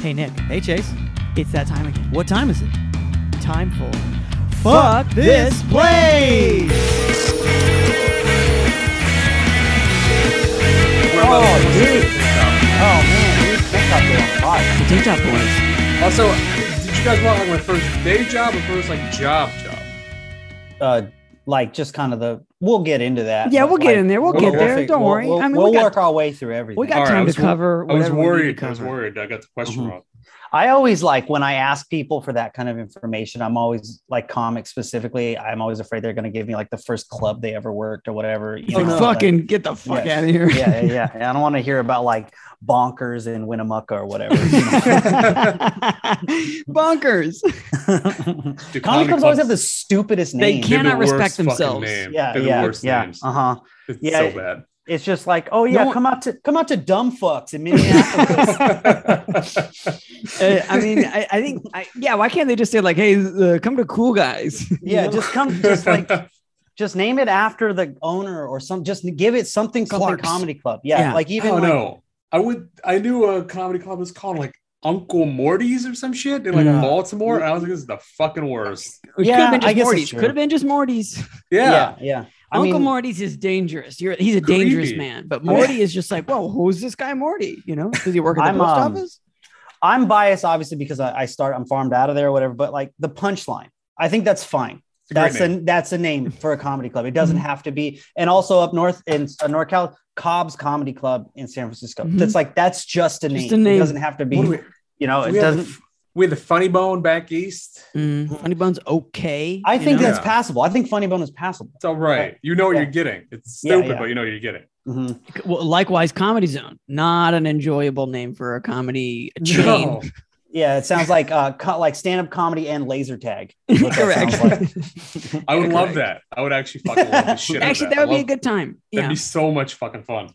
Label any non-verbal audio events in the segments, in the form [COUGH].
Hey, Nick, Hey, Chase. it's that time again. What time is it? Time for Fuck this place! Oh, dude. Oh, man. You picked up there a lot. the TikTok boys. Also, did you guys want like my first day job or first like job job? Uh, like just kind of the. We'll get into that. Yeah, but, we'll get like, in there. We'll, we'll- get we'll there. fig- Don't we'll- worry. We'll, I mean, we'll we got, work our way through everything. we got All right, I time was to wor- cover. I was whatever we need to worried. I was cover. worried. I got the question Mhm. wrong. I always like when I ask people for that kind of information, I'm always like comics specifically. I'm always afraid they're going to give me like the first club they ever worked or whatever. You Like, know, fucking get the fuck Yeah. out of here. [LAUGHS] like- yeah, yeah, yeah. And I don't want to hear about like bonkers and Winnemucca or whatever. you Bonkers. [LAUGHS] know? Do Comic comedy clubs always clubs- have the stupidest They names. They're the cannot worst respect fucking themselves. name. yeah, They're the yeah, worst yeah. names. Uh huh. It's Yeah. so bad. It's just like, oh yeah, one- come out to come out to dumb fucks in Minneapolis. [LAUGHS] Uh, I mean, I, I think, I, yeah, why can't they just say, like, hey, uh, come to cool guys? [LAUGHS] You yeah, know? just come, just like just name it after the owner or some. Just give it something, something Clark's. comedy club. Yeah, Yeah. like even oh like, no, I would. I knew a comedy club was called like Uncle Morty's or some shit in like Mm. Baltimore. and I was like, this is the fucking worst. It Yeah, could have been I just guess it's Morty's. true. Could have been just Morty's. Yeah. yeah, yeah. I Uncle mean, Morty's is dangerous. You're, he's a dangerous Creepy. man. But Yeah. Morty is just like, well, who's this guy Morty? You know, does he work at I'm, the post um, office? I'm biased obviously because I, I start I'm farmed out of there or whatever, but like the punchline, I think that's fine. It's a great That's name. Mm-hmm. a that's a name for a comedy club. It doesn't have to be. And also up north in uh, NorCal, Cobb's Comedy Club in San Francisco. Mm-hmm. Mhm. That's like that's just a name. a name. It doesn't have to be. What do we, you know, Oh, we it have the doesn't. f- we have the funny bone back east. Mm, Funny Bone's okay. I you think know? that's Yeah. passable. I think Funny Bone is passable. It's all right. You know what Yeah. you're getting. It's Yeah, stupid, yeah. but you know what you're getting. Mhm. Well, likewise, Comedy Zone, not an enjoyable name for a comedy chain. No. Oh, [LAUGHS] Yeah, it sounds like uh, co- like stand up comedy and laser [LAUGHS] tag. is what that Correct. sounds like. I would Yeah, love correct. that. I would actually fucking love the shit. Actually, that would be a good time. That'd Yeah, be so much fucking fun.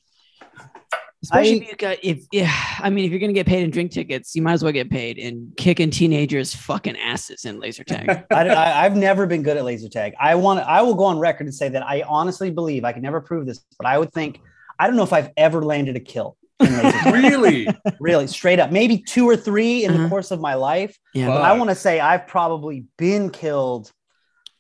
especially if you got if yeah. I mean, if you're gonna get paid in drink tickets, you might as well get paid in kicking teenagers' fucking asses in laser [LAUGHS] tag. I, I, have never been good at laser tag. I want. I will go on record and say that I honestly believe I can never prove this, but I would think I don't know if I've ever landed [LAUGHS] a kill. In laser tag. [LAUGHS] Really? really, straight up, maybe two or three in Uh-huh. the course of my life. yeah, But Fuck. I want to say I've probably been killed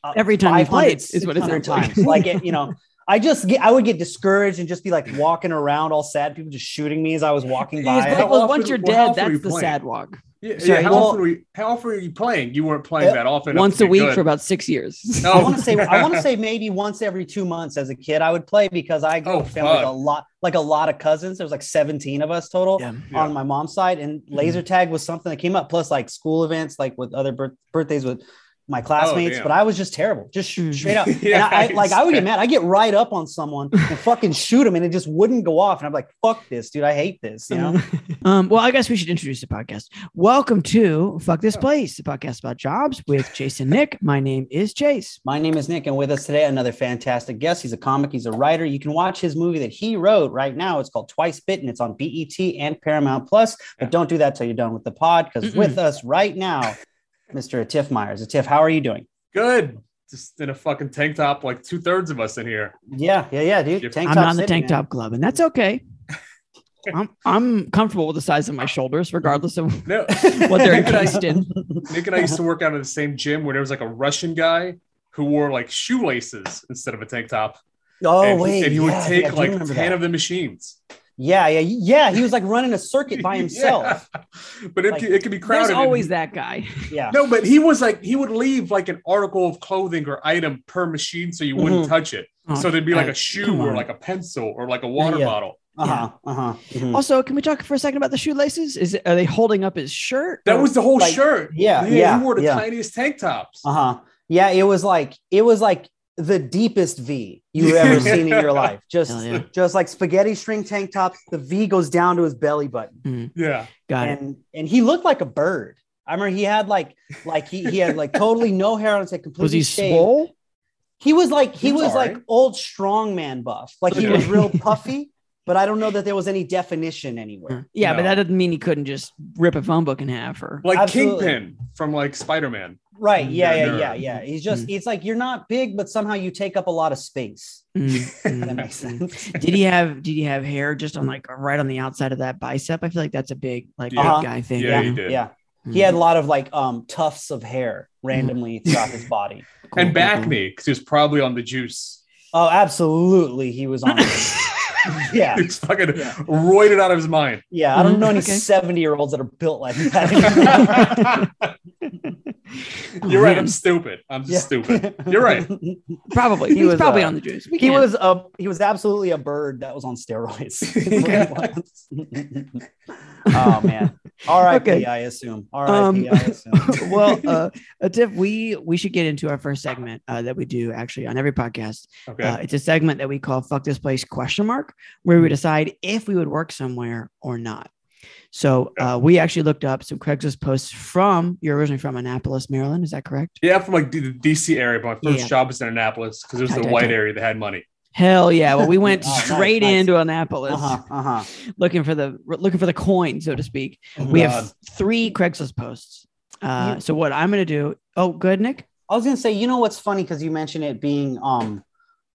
uh, Every time you played 500, is what it 600 sounds like. times. [LAUGHS] Like it, you know. I just get, I would get discouraged and just be like walking around all sad, people just shooting me as I [LAUGHS] was walking It is- by. how well, often- once you're well, how dead, often are that's you the playing? sad walk. Yeah, Sorry, yeah, how well- often were you, how often were you playing? You weren't playing Uh, that often. Once a You're week good. for about six years. [LAUGHS] No. I want to say I [LAUGHS] want to say maybe once every two months as a kid I would play because I grew Oh, up family with fuck. a lot like a lot of cousins. There was like 17 of us total Yeah. on my mom's side, and Mm-hmm. laser tag was something that came up. Plus like school events, like with other birth- birthdays with my classmates. damn. but I was just terrible, just sh- Mm. straight [LAUGHS] up. Oh, Yeah, and I, I like I would get mad. exactly. I get right up on someone and fucking shoot him, and it just wouldn't go off. And I'm like, fuck this, dude. I hate this. Mm-hmm. You know. um, well, I guess we should introduce the podcast. Welcome to Fuck Oh. This Place, the podcast about jobs with Jason Nick. My name is Chase. My name is Nick, and with us today, another fantastic guest. He's a comic, he's a writer. You can watch his movie that he wrote right now. It's called Twice Bitten. It's on BET and Paramount Plus. But don't do that till you're done with the pod, because Mm-mm. with us right now, Mr. Atif Myers. Atif, how are you doing? good. Just in a fucking tank top, like two thirds of us in here. Yeah, yeah, yeah, dude. Yep. Tank I'm top not in the city, tank man. top club, and that's okay. [LAUGHS] I'm I'm comfortable with the size of my shoulders, regardless of [LAUGHS] No, what they're Nick, and I, encased in. Nick and I used to work out at the same gym where there was like a Russian guy who wore like shoelaces instead of a tank top. Oh, and, he- wait. and he would yeah, take yeah, I do like remember 10 that. of the machines Yeah, yeah, yeah. He was like running a circuit by [LAUGHS] Yeah. himself. But it, Like, could- it could be There's [LAUGHS] crowded. and- always that guy. yeah. No, but he was like, he would leave like an article of clothing or item per machine so you wouldn't Mhm. touch it. Oh, so there'd be like uh, a shoe come or on. like a pencil or like a water Yeah. bottle. Uh huh. Uh huh. Oh, Also, can we talk for a second about the shoelaces? Is it, are they holding up his shirt? That was the whole Like, shirt. yeah, He- yeah, He wore the yeah. tiniest tank tops. Uh-huh. Yeah, it was like it was like the deepest V you've ever seen in your [LAUGHS] life. Just Hell yeah. just like spaghetti string tank tops, the V goes down to his belly button. Yeah. got it. And and he looked like a bird. I remember he had like like he he had like totally no hair on his head, completely Was he shaved. swole? He was like he He's was alright. like old strongman buff. Like he Okay. [LAUGHS] was real puffy, but I don't know that there was any definition anywhere. Yeah, but No. that doesn't mean he couldn't just rip a phone book in half or Like Absolutely. Kingpin from like Spider Man. Right. Yeah. You're Yeah. a Yeah. nerd. Yeah. He's Hmm. just, it's like you're not big, but somehow you take up a lot of space. If [LAUGHS] that Mm, makes mm. sense. did he have did he have hair just on like right on the outside of that bicep? I feel like that's a big like big Yeah. guy thing. Yeah, you he know? did. Yeah. He Mm-hmm. had a lot of like um tufts of hair randomly throughout his body. Cool, and cool, back [LAUGHS] cool. me because he was probably on the juice. Oh, absolutely. He was on. it. [LAUGHS] yeah. He was fucking Yeah. roided out of his [LAUGHS] mind. [LAUGHS] Yeah. I don't Mm-hmm. Mhm. know any Okay. 70 year olds that are built like that. anymore. You're right. I'm stupid. I'm just Yeah. stupid. You're right. Probably [LAUGHS] He he was was, probably uh, on the juice. He was a he was absolutely a bird that was on steroids. [LAUGHS] oh [LAUGHS] man. R.I.P. Okay. I assume. Um, R.I.P. I [LAUGHS] assume. [LAUGHS] well, uh, a tip we we should get into our first segment uh, that we do actually on every podcast. [LAUGHS] Okay. Uh, it's a segment that we call "Fuck This Place?" question mark, where Mm-hmm. we decide if we would work somewhere or not. So uh, we actually looked up some Craigslist posts from you're originally from Annapolis, Maryland. Is that correct? yeah, I'm from like the the DC area, but my first Yeah. job was in Annapolis because it was Tight, the tight, white tight. area that had money. [LAUGHS] Hell yeah! [LAUGHS] Well, we went Oh, nice, straight nice. into Annapolis, Uh-huh, uh-huh. looking for the looking for the coin, so to speak. Mm-hmm. We have three Craigslist posts. Uh, so what I'm gonna do? Oh, good, Nick. I was gonna say, you know what's funny because you mentioned it being um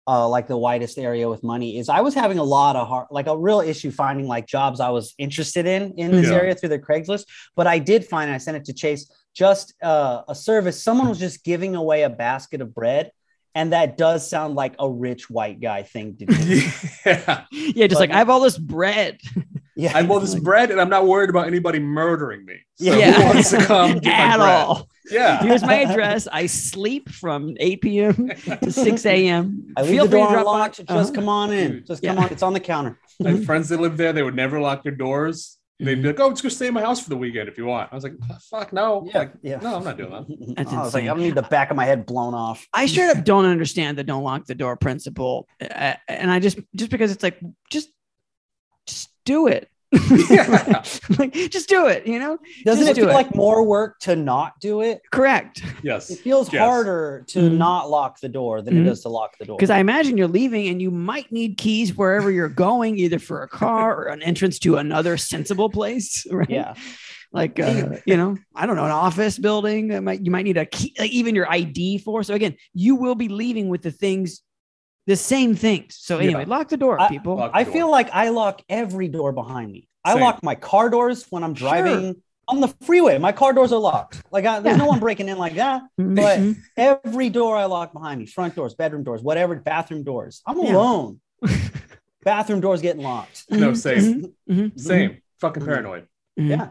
uh like the widest area with money is I was having a lot of hard like a real issue finding like jobs I was interested in in this Yeah. area through the Craigslist, but I did find I sent it to Chase just uh, a service. Someone was just giving away a basket of bread, and that does sound like a rich white guy thing to do. [LAUGHS] yeah. Yeah, just But- like I have all this bread. [LAUGHS] yeah, I love this bread, and I'm not worried about anybody murdering me. So Yeah. who wants to [LAUGHS] come get my at bread? all. [LAUGHS] [LAUGHS] Yeah. Here's my address. I sleep from 8 p.m. to [LAUGHS] 6 a.m. I leave Feel the free to drop door by. unlocked. Just Uh-huh. come on in. Dude. Just Yeah. come on. It's on the counter. My friends that lived there, they would never lock their doors. Mm-hmm. They'd be like, "Oh, just go stay in my house for the weekend if you want." I was like, "Fuck no, Like, yeah. no, I'm not doing that." That's I was like, insane. I don't need the back of my head blown off. I straight up don't understand the don't lock the door principle, Uh, and I just just because it's like just just do it. [LAUGHS] [LAUGHS] Yeah. like just do it. You know, Doesn't Just it do feel it. like more work to not do it? correct. Yes, It Mm-hmm. feels Yes. harder to Mhm. not lock the door than Mhm. it does to lock the door. Because I imagine you're leaving and you might need keys wherever you're going, either for a car or an entrance to another sensible place. [LAUGHS] Right? [LAUGHS] yeah, like uh, you know i don't know an office building that might you might need a key like even your id for so again you will be leaving with the things the same things so Yeah. anyway lock the door I- people Lock the I door. feel like I lock every door behind me. I Same. lock my car doors when I'm Sure. driving on the freeway. My car doors are locked. Like I, there's Yeah. no one breaking in [LAUGHS] like that. but- Mhm. Every door I lock behind me, front doors, bedroom doors, whatever, bathroom doors. I'm Yeah. [LAUGHS] alone. bathroom doors getting locked. no, Mhm, same, mhm, mhm, same, fucking Mhm. paranoid. mhm. Yeah.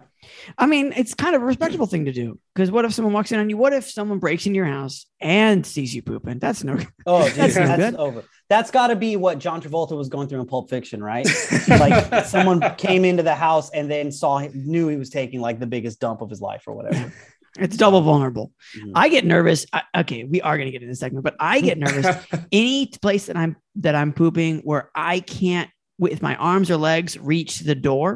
i mean it's kind of a respectable thing to do because what if someone walks in on you what if someone breaks into your house and sees you pooping that's no Oh, dude, That's that's, not good. over. That's got to be what John Travolta was going through in Pulp Fiction, right? [LAUGHS] like someone came into the house and then saw him, knew he was taking like the biggest dump of his life or whatever. it's double vulnerable Mhm. i get nervous I, okay we are going to get in this segment but i get nervous any place that I'm that I'm pooping where I can't with my arms or legs reach the door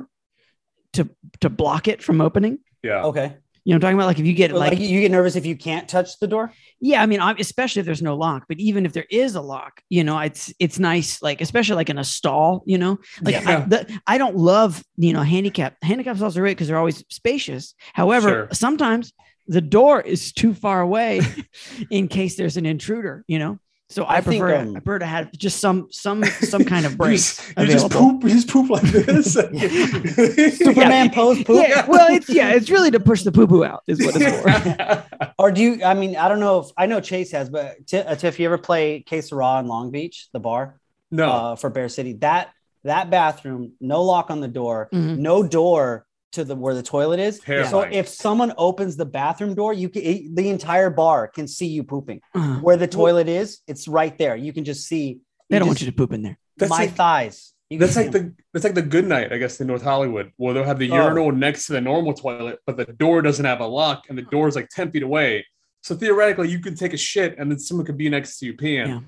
to to block it from opening. yeah, Okay. You know, what I'm talking about like if you get But, like, like, you get nervous if you can't touch the door. yeah, I mean, I'm, especially if there's no lock. But even if there is a lock, you know, it's it's nice like especially like in a stall. You know, like I, Yeah. the, I don't love you know handicap handicap stalls are great because they're always spacious. However, Sure. sometimes the door is too far away [LAUGHS] in case there's an intruder. You know. So I, I think, prefer um, I prefer to have just some some some kind of [LAUGHS] You break. just, you just available. poop, you just poop like [LAUGHS] this. [LAUGHS] Superman pose poop. Yeah, well, it's yeah, it's really to push the poo poo out, is what it's [LAUGHS] for. [LAUGHS] Or do you? I mean, I don't know if I know Chase has, but T- uh, Tiff, you ever play Quesara in Long Beach, the bar no, uh, for Bear City? That that bathroom, no lock on the door, Mhm. no door to the where the toilet is. So Terrifying. if someone opens the bathroom door, you can it, the entire bar can see you pooping. Uh, Where the toilet is, it's right there. You can just see. they don't just- want you to poop in there. that's my like, thighs. You can that's see [LAUGHS] like them. the that's like the good night, I guess, in North Hollywood, where they'll have the Oh. urinal next to the normal toilet, but the door doesn't have a lock, and the door is like ten feet away. So theoretically, you could take a shit, and then someone could be next to you peeing. Yeah.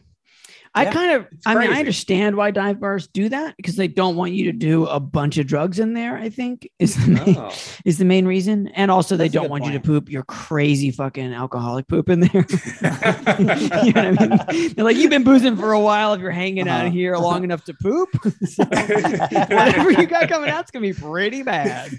I Yeah, kind of, it's I mean, I crazy. understand why dive bars do that because they don't want you to do a bunch of drugs in there. I think is the main, Oh. is the main reason, and also they That's a don't good want you point. to poop your crazy fucking alcoholic poop in there. [LAUGHS] [LAUGHS] you know what I mean? They're like, you've been boozing for a while. If you're hanging out Uh-huh. here long enough to [LAUGHS] poop, [LAUGHS] whatever you got coming out's gonna be pretty bad.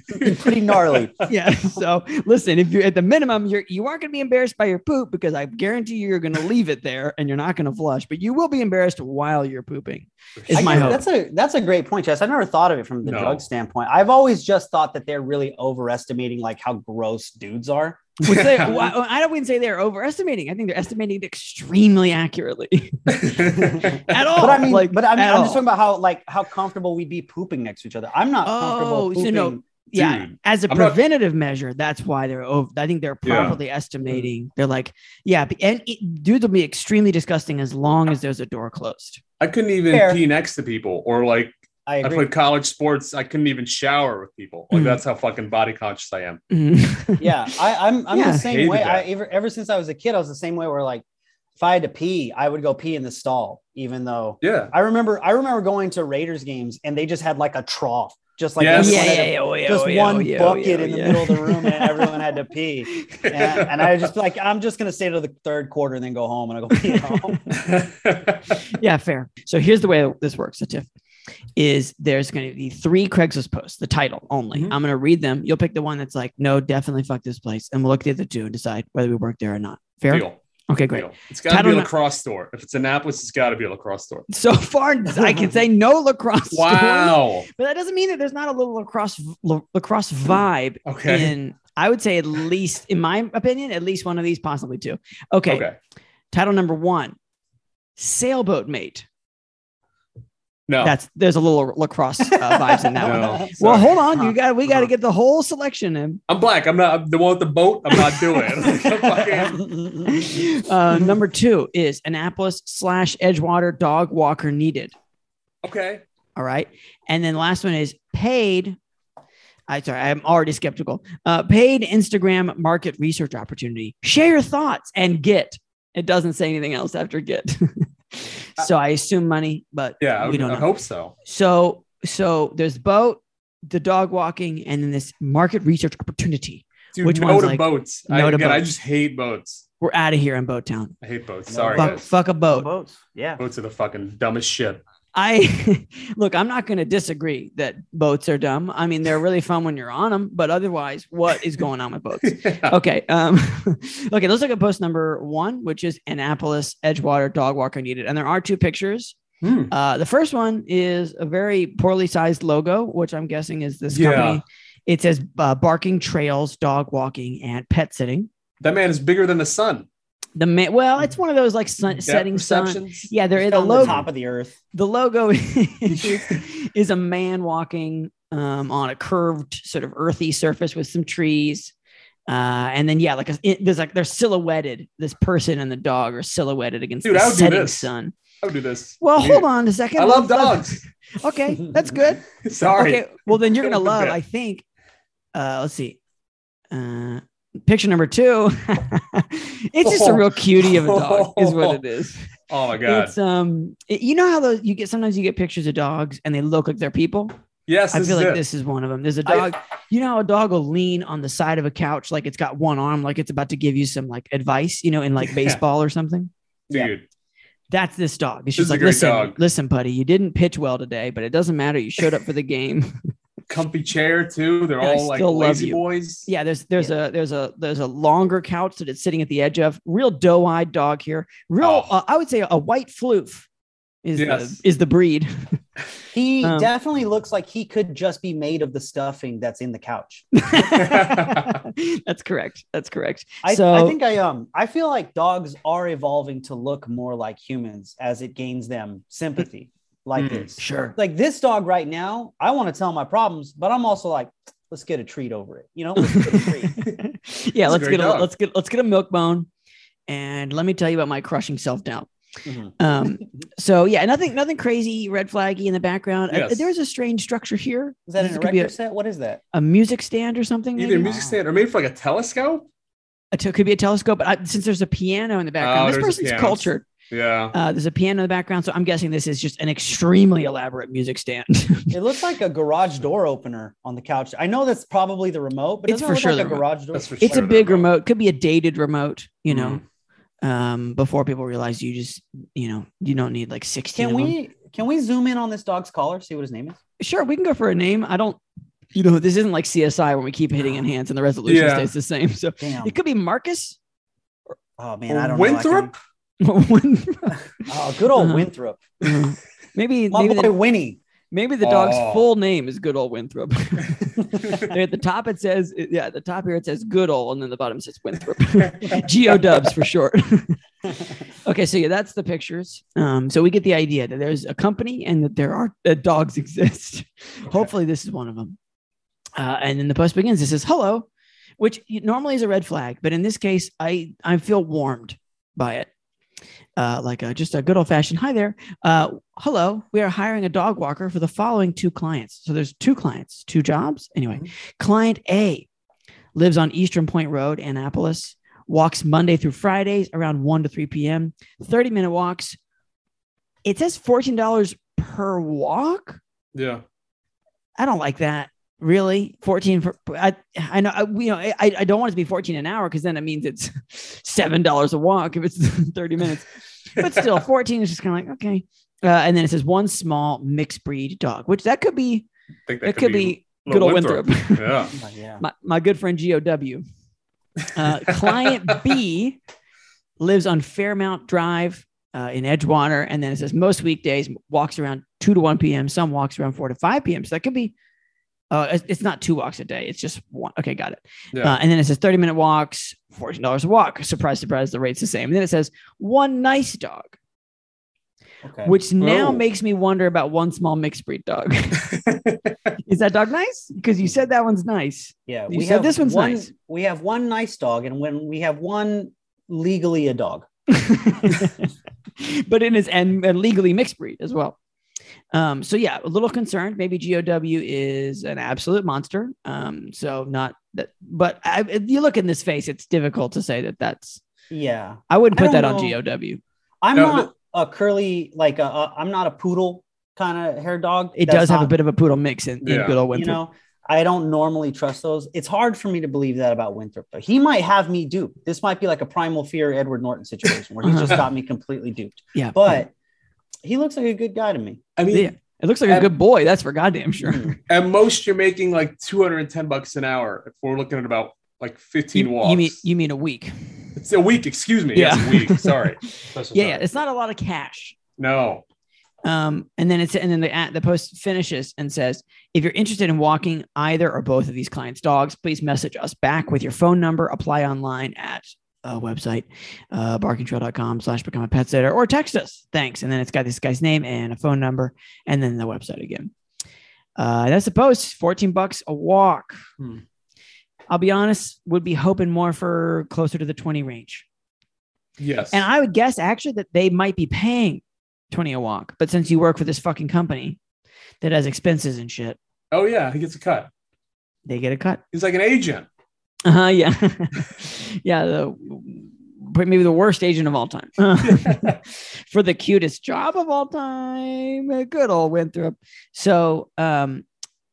Pretty gnarly. yeah. So listen, if you're at the minimum, you're you aren't gonna be embarrassed by your poop because I guarantee you you're gonna leave it there and you're not gonna flush, but you will be embarrassed while you're pooping. Is I my guess hope. That's a that's a great point, Chess. I never thought of it from the No. drug standpoint. I've always just thought that they're really overestimating like how gross dudes are. Which [LAUGHS] they, well, I I wouldn't say they're overestimating. I think they're estimating it extremely accurately [LAUGHS] at all. but I mean, like, but I mean, at I'm just all. talking about how like how comfortable we'd be pooping next to each other. I'm not Oh, comfortable so pooping. no. yeah, Dude, as a I'm not- preventative measure, that's why they're over. I think they're Yeah. properly estimating. They're like, yeah, be- and it, dudes will be extremely disgusting as long as there's a door closed. I couldn't even Fair. pee next to people, or like I I agree. played college sports. I couldn't even shower with people. Like Mhm. that's how fucking body conscious I am. Mhm. yeah, I, I'm I'm Yeah. the same Hated way. I that. ever ever since I was a kid, I was the same way. Where like, if I had to pee, I would go pee in the stall, even though Yeah. I remember I remember going to Raiders games and they just had like a trough, just like Yeah, [LAUGHS] everyone yeah, had yeah, a- yeah, oh, yeah, just oh, one yeah, oh, yeah, oh, bucket yeah, in the yeah. middle of the room and everyone had to pee. And, and I was just like, I'm just gonna stay to the third quarter and then go home and I go pee at home. [LAUGHS] [LAUGHS] yeah, fair. So here's the way this works, the Tiff, is there's going to be three Craigslist posts, the title only. Mhm. I'm going to read them. You'll pick the one that's like, no, definitely fuck this place. And we'll look at the other two and decide whether we work there or not. Fair? Deal. Okay, great. Deal. It's got to Title be a not- lacrosse store. If it's Annapolis, it's got to be a lacrosse store. [LAUGHS] So far, I can say no lacrosse. story, Wow. but that doesn't mean that there's not a little lacrosse, la- lacrosse vibe Okay. in, I would say at least, in my opinion, at least one of these, possibly two. Okay. okay. Title number one, sailboat mate. No. That's there's a little lacrosse uh, vibes in that one. Oh. [LAUGHS] no. Well, Sorry. hold on. You got we got to Uh-huh. get the whole selection in. I'm black. I'm not I'm the one with the boat. I'm not doing [LAUGHS] it. [LAUGHS] Fucking- Uh, number two is Annapolis slash Edgewater dog walker needed. okay. All right, and then last one is paid. I sorry, I'm already skeptical. Uh, paid Instagram market research opportunity. Share your thoughts and get. It doesn't say anything else after get. [LAUGHS] so I assume money, but Yeah. I, we would- don't I know. hope so. So so there's boat, the dog walking, and then this market research opportunity. Dude, Which no one's to like- boats. no I, to again, I boats. just hate boats. We're out of here in Boat Town. I hate boats. No. Sorry. Fuck, guys. fuck a boat. Boats, yeah. Boats are the fucking dumbest shit. [LAUGHS] I [LAUGHS] look, I'm not going to disagree that boats are dumb. I mean, they're really fun when you're on them, but otherwise, what is going on with boats? Okay. Um, [LAUGHS] okay. Let's look at post number one, which is Annapolis Edgewater dog walker needed. And there are two pictures. Hmm. Uh, the first one is a very poorly sized logo, which I'm guessing is this Yeah. company. It says uh, barking trails, dog walking, and pet sitting. That man is bigger than the sun. The ma- well, it's one of those like sun- Depth setting sun. perceptions. Yeah, there is a on the logo. top of the earth. the logo [LAUGHS] is, is a man walking um, on a curved sort of earthy surface with some trees uh, and then yeah like a, it, there's like they're silhouetted this person and the dog are silhouetted against Dude, the I would do setting this. sun I'll do this. well Dude, hold on a second I love Let's- dogs. [LAUGHS] okay that's good Sorry. okay well then you're gonna Could've been love better. i think uh, let's see uh, picture number two [LAUGHS] it's just a real cutie of a dog is what it is Oh my god. it's um, it- you know how those you get sometimes you get pictures of dogs and they look like they're people. yes, I this feel is like it. this is one of them. There's a I- dog. you know how a dog will lean on the side of a couch like it's got one arm, like it's about to give you some like advice, you know, in like Yeah. baseball or something. dude. That's this dog. It's This just is a like great listen, dog." listen, buddy, you didn't pitch well today, but it doesn't matter. You showed up for the [LAUGHS] game. Comfy chair too. They're And I all like still love lazy you. boys. yeah, there's there's a there's a there's a longer couch that it's sitting at the edge of. Real doe-eyed dog here. Real, Oh. uh, I would say a white floof is Yes. the is the breed. He Um, definitely looks like he could just be made of the stuffing that's in the couch. [LAUGHS] That's correct. That's correct. I, so I think I um I feel like dogs are evolving to look more like humans as it gains them sympathy like Hmm. Mm. this. sure. [LAUGHS] Like this dog right now, I want to tell my problems, but I'm also like, let's get a treat over it. You know, Let's [LAUGHS] get a treat. yeah, let's great get a, dog. let's get let's get a milk bone, and let me tell you about my crushing self doubt. Mhm. Mm-hmm. [LAUGHS] Um, so yeah, nothing nothing crazy, red flaggy in the background. Uh, Yes. there is a strange structure here. is that This an could be erector set? What is that? A, a music stand or something? Either maybe? music stand or maybe for like a telescope. A te- could be a telescope, but I, since there's a piano in the background, this Oh, there's a person's piano. cultured. Yeah. Uh, there's a piano in the background, so I'm guessing this is just an extremely elaborate music stand. [LAUGHS] It looks like a garage door opener on the couch. I know that's probably the remote, but It's it's for for sure like the a remote. garage door. That's for it's sure a big the remote. Could be a dated remote, you know, um, before people realize you just, you know, you don't need like 16 Can of them. we can we zoom in on this dog's collar? See what his name is. Sure, we can go for a name. I don't, you know, this isn't like CSI when we keep hitting enhance and the resolution Yeah. stays the same. So Damn. it could be Marcus. [LAUGHS] Oh man, I don't know. I Winthrop? can- When- Oh, good old Uh-huh. Winthrop. maybe My maybe boy the, Winnie. maybe the dog's Oh. full name is good old Winthrop. And at the top it says yeah, at the top here it says good old, and then the bottom says Winthrop. [LAUGHS] Geo Dubs for short. [LAUGHS] okay, so yeah, that's the pictures. Um, so we get the idea that there's a company and that there are that dogs [LAUGHS] exist. Hopefully, this is one of them. Uh, and then the post begins. It says hello, which normally is a red flag, but in this case, I I feel warmed by it. Uh, like a, just a good old fashioned hi there. Uh, hello, we are hiring a dog walker for the following two clients. So there's two clients, two jobs. Anyway, client A lives on Eastern Point Road, Annapolis walks Monday through Fridays around 1 to 3 p.m., 30 minute walks. It says $14 per walk. yeah. I don't like that. Really, fourteen? For, I I know I, you know I, I don't want it to be fourteen an hour because then it means it's [LAUGHS] seven dollars a walk if it's [LAUGHS] thirty minutes. But [LAUGHS] still, fourteen is just kind of like okay. Uh, and then it says one small mixed breed dog, which that could be I think that that, could, be, good old Winthrop. yeah. Oh, yeah. my, my good friend GOW. Uh, client B lives on Fairmount Drive uh, in Edgewater. And then it says most weekdays walks around 2 to 1 p.m. Some walks around 4 to 5 p.m. So that could be, uh, it's- it's not two walks a day. It's just one. Okay, got it. Yeah. Uh, and then it says 30 minute walks, $14 a walk. Surprise, surprise, the rate's the same. And then it says one nice dog, Okay. which now Oh. makes me wonder about one small mixed breed dog. Is that dog nice? Because you said that one's nice. Yeah, You said this one's one, nice. We have one nice dog, and when we have one legally [LAUGHS] a dog. but it is and, and legally mixed breed as well. Um, so yeah, a little concerned. Maybe GOW is an absolute monster. Um, so not that, but I, if you look in this face, it's difficult to say that that's. Yeah, I wouldn't I put that don't know. on GOW. I'm No, not a curly like a, a I'm not a poodle kind of hair dog. It That's does have a not- bit of a poodle mix in, in Yeah. good old you Winthrop. know. I don't normally trust those. It's hard for me to believe that about Winthrop, but he might have me duped. This might be like a primal fear Edward Norton situation where he [LAUGHS] just got me completely duped. yeah, But he looks like a good guy to me. I yeah. mean, Yeah. it looks like a At- good boy. That's for goddamn sure. Mm. at most you're making like 210 bucks an hour if we're looking at about like 15 You, walks. you mean you mean a week? it's a week, excuse me. Yeah. Yeah. It's a [LAUGHS] week. Sorry. Special Yeah, yeah, time. it's not a lot of cash. No. Um, and then it's and then the ad- the post finishes and says, if you're interested in walking either or both of these clients' dogs, please message us back with your phone number. Apply online at uh, website uh, barkingtrail.com slash become a pet sitter or text us. Thanks. And then it's got this guy's name and a phone number and then the website again. Uh, that's the post. Fourteen bucks a walk. Hmm. I'll be honest, would be hoping more for closer to the twenty range. Yes. And I would guess actually that they might be paying 20 a walk. But since you work for this fucking company that has expenses and shit, oh yeah, he gets a cut. they get a cut. He's like an agent. Uh-huh, yeah. [LAUGHS] yeah. The, but maybe the worst agent of all [LAUGHS] time for the cutest job of all time. uh, Good old Winthrop. So, um,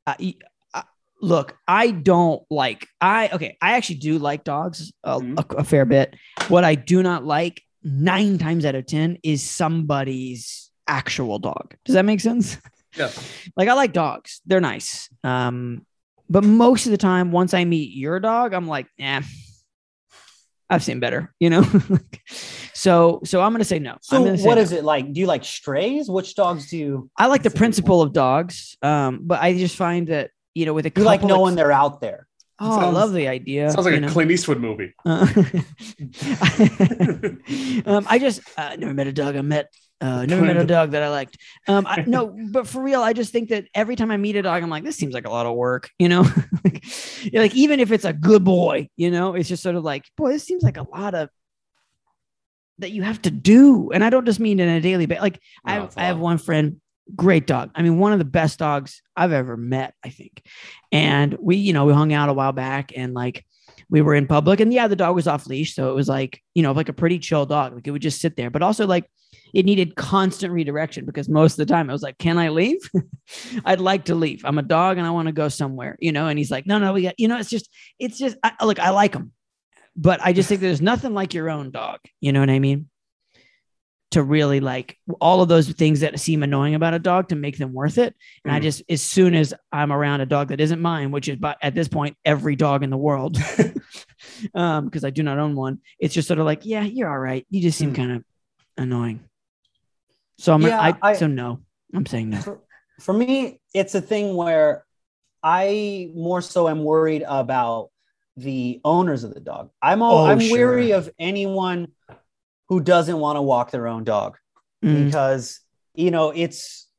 I, I- look, I don't like, I, okay, I actually do like dogs a, Mm-hmm. a, a fair bit. What I do not like nine times out of 10 is somebody's actual dog. Does that make [LAUGHS] sense? Yes. like I like dogs. They're nice. Um, but most of the time, once I meet your dog, I'm like, nah, I've seen better, you know? [LAUGHS] so, so I'm going to say no. So I'm gonna say what no. is it like? Do you like strays? Which dogs do you, I like the That's a good principle of dogs. Um, but I just find that, you know, with a you like couple knowing ex- they're out there? Oh, I Sounds- love the idea. Sounds like you a know? Clint Eastwood movie. Uh, [LAUGHS] um, I just uh, never met a dog I met. Uh, never met a dog that I liked. Um, I, no, but for real, I just think that every time I meet a dog, I'm like, this seems like a lot of work, you know. [LAUGHS] like, yeah, like, even if it's a good boy, you know, it's just sort of like, boy, this seems like a lot of that you have to do, and I don't just mean in a daily basis. Like, I, No, have, it's a I have lot. one friend, great dog. I mean, one of the best dogs I've ever met, I think. And we, you know, we hung out a while back and like we were in public and yeah the dog was off leash so it was like you know like a pretty chill dog like it would just sit there but also like it needed constant redirection because most of the time I was like, "Can I leave? [LAUGHS] I'd like to leave. I'm a dog and I want to go somewhere," you know. And he's like, "No, no, we got you know." It's just, it's just. I, look, I like him, but I just think there's nothing like your own dog. You know what I mean? To really like all of those things that seem annoying about a dog to make them worth it. And I Mm. just, as soon as I'm around a dog that isn't mine, which is but at this point every dog in the [LAUGHS] world, um, because I do not own one, it's just sort of like, yeah, you're all right. You just seem Mm. kind of annoying. So I'm Yeah, I, I- so no. I'm saying no. [LAUGHS] for, for me, it's a thing where I more so am worried about the owners of the dog. I'm all, Oh, I'm sure. weary of anyone who doesn't want to walk their own dog Mm. because you know it's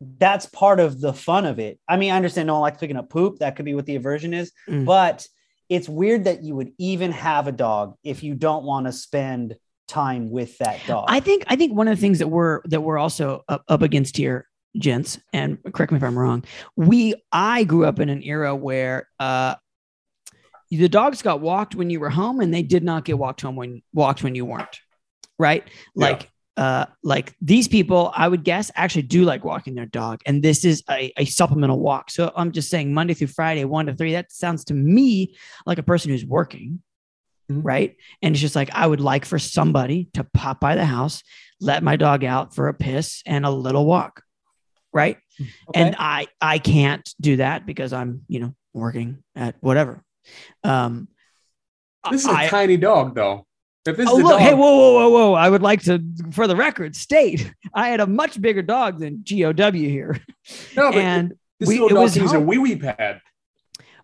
that's part of the fun of it. I mean, I understand no one likes picking up poop. That could be what the aversion is, Mm. but it's weird that you would even have a dog if you don't want to spend time with that dog. I think I think one of the things that we're that we're also up, up against here, gents, and correct me if I'm wrong. We I grew up in an era where uh, the dogs got walked when you were home, and they did not get walked home when walked when you weren't. Right? Yeah. Like uh, like these people, I would guess, actually do like walking their dog, and this is a, a supplemental walk. So I'm just saying Monday through Friday, one to three. That sounds to me like a person who's working, Mhm. right? And it's just like I would like for somebody to pop by the house, let my dog out for a piss and a little walk, right? Okay? and i i can't do that because i'm you know working at whatever um This is a I- tiny dog, though. If this oh is a look dog, hey whoa whoa whoa whoa i would like to for the record state i had a much bigger dog than gow [LAUGHS] here no, but and this we- it little dog was needs a home. wee wee pad.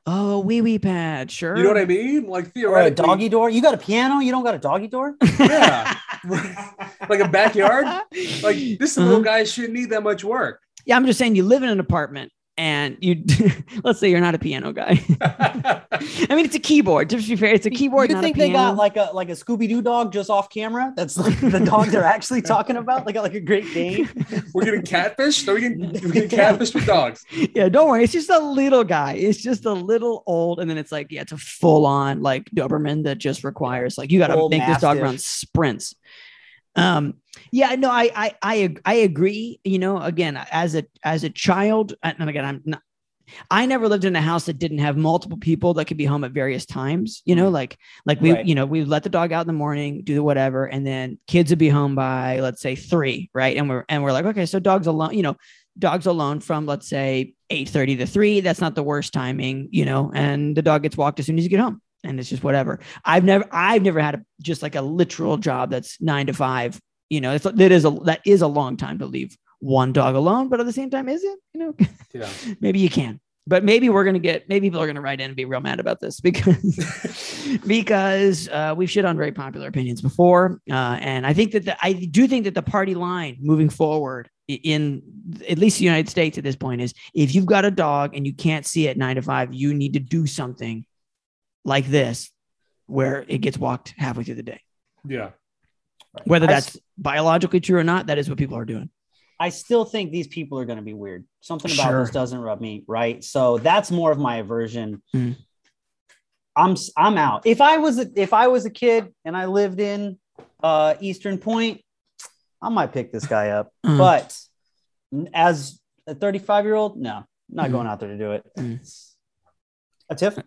oh wee wee pad sure You know what [LAUGHS] I mean? Like or a theoretically, doggy door. You got a piano? You don't got a doggy door? yeah, [LAUGHS] like a backyard. Like this Uh-huh. little guy shouldn't need that much work. [LAUGHS] Mm-hmm. yeah i'm just saying you live in an apartment and you [LAUGHS] let's say you're not a piano guy i mean it's a keyboard to be fair it's a keyboard You not think a they piano. got like a like a Scooby Doo dog just off camera? That's like [LAUGHS] the dog they're actually talking about. They got like a Great [LAUGHS] Dane. We're getting catfished. Are we getting, we're getting Yeah. catfished with dogs? yeah, don't worry. It's just a little guy. It's just a little old. And then it's like, yeah, it's a full on like Doberman that just requires like you got to Full make this dog Mastiff. run sprints. Um, yeah, no, I, I, I, ag- I agree. You know, again, as a, as a child, and again, I'm not, I never lived in a house that didn't have multiple people that could be home at various times. You know, like, like we, Right. you know, we let the dog out in the morning, do the whatever, and then kids would be home by let's say three, right? And we're and we're like, okay, so dogs alone, you know, dogs alone from let's say 8:30 to 3 that's not the worst timing you know and the dog gets walked as soon as you get home and it's just whatever i've never i've never had a, just like a literal job that's 9 to 5 you know it's, that is a that is a long time to leave one dog alone but at the same time is it you know Yeah. maybe you can but maybe we're gonna get maybe people are gonna write in and be real mad about this [LAUGHS] because because uh, we've shit on very popular opinions before uh, and i think that the, i do think that the party line moving forward i- in at least the united states at this point is if you've got a dog and you can't see it nine to five you need to do something like this where it gets walked halfway through the day Yeah. whether I s- that's biologically true or not that is what people are doing I still think these people are going to be weird. Something about Sure. this doesn't rub me right. So that's more of my aversion. Mm. I'm s- I'm out. If I was a, if I was a kid and I lived in uh, Eastern Point, I might pick this guy up. Mm. But as a 35 year old, no, not Mm. going out there to do it. Mm. A tiff.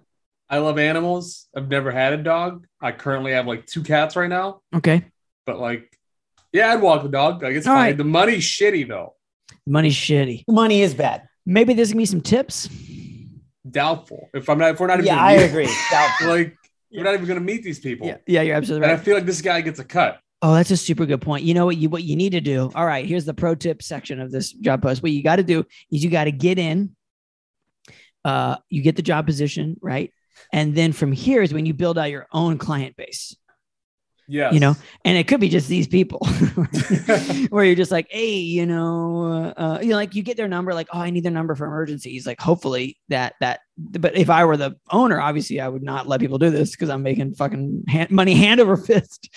I love animals. I've never had a dog. I currently have like two cats right now, Um, okay but like, yeah, I'd walk the dog. Like, it's All fine. right. The money's shitty though. money's shitty Money is bad. maybe there's gonna be some tips Doubtful. If I'm not, if we're not even, yeah, gonna I meet- agree. Doubtful. Like, we're not even going to meet these people. yeah yeah you're absolutely And right I feel like this guy gets a cut. Oh, that's a super good point. You know what you what you need to do. All right, here's the pro tip section of this job post. What you got to do is you got to get in. Uh, you get the job position right, and then from here is when you build out your own client base. Yeah. You know, And it could be just these [LAUGHS] people, [LAUGHS] where you're just like, hey, you know, uh, you know, like you get their number, like, oh, I need their number for emergencies. Like, hopefully that that. But if I were the owner, obviously I would not let people do this because I'm making fucking hand, money hand over [LAUGHS] fist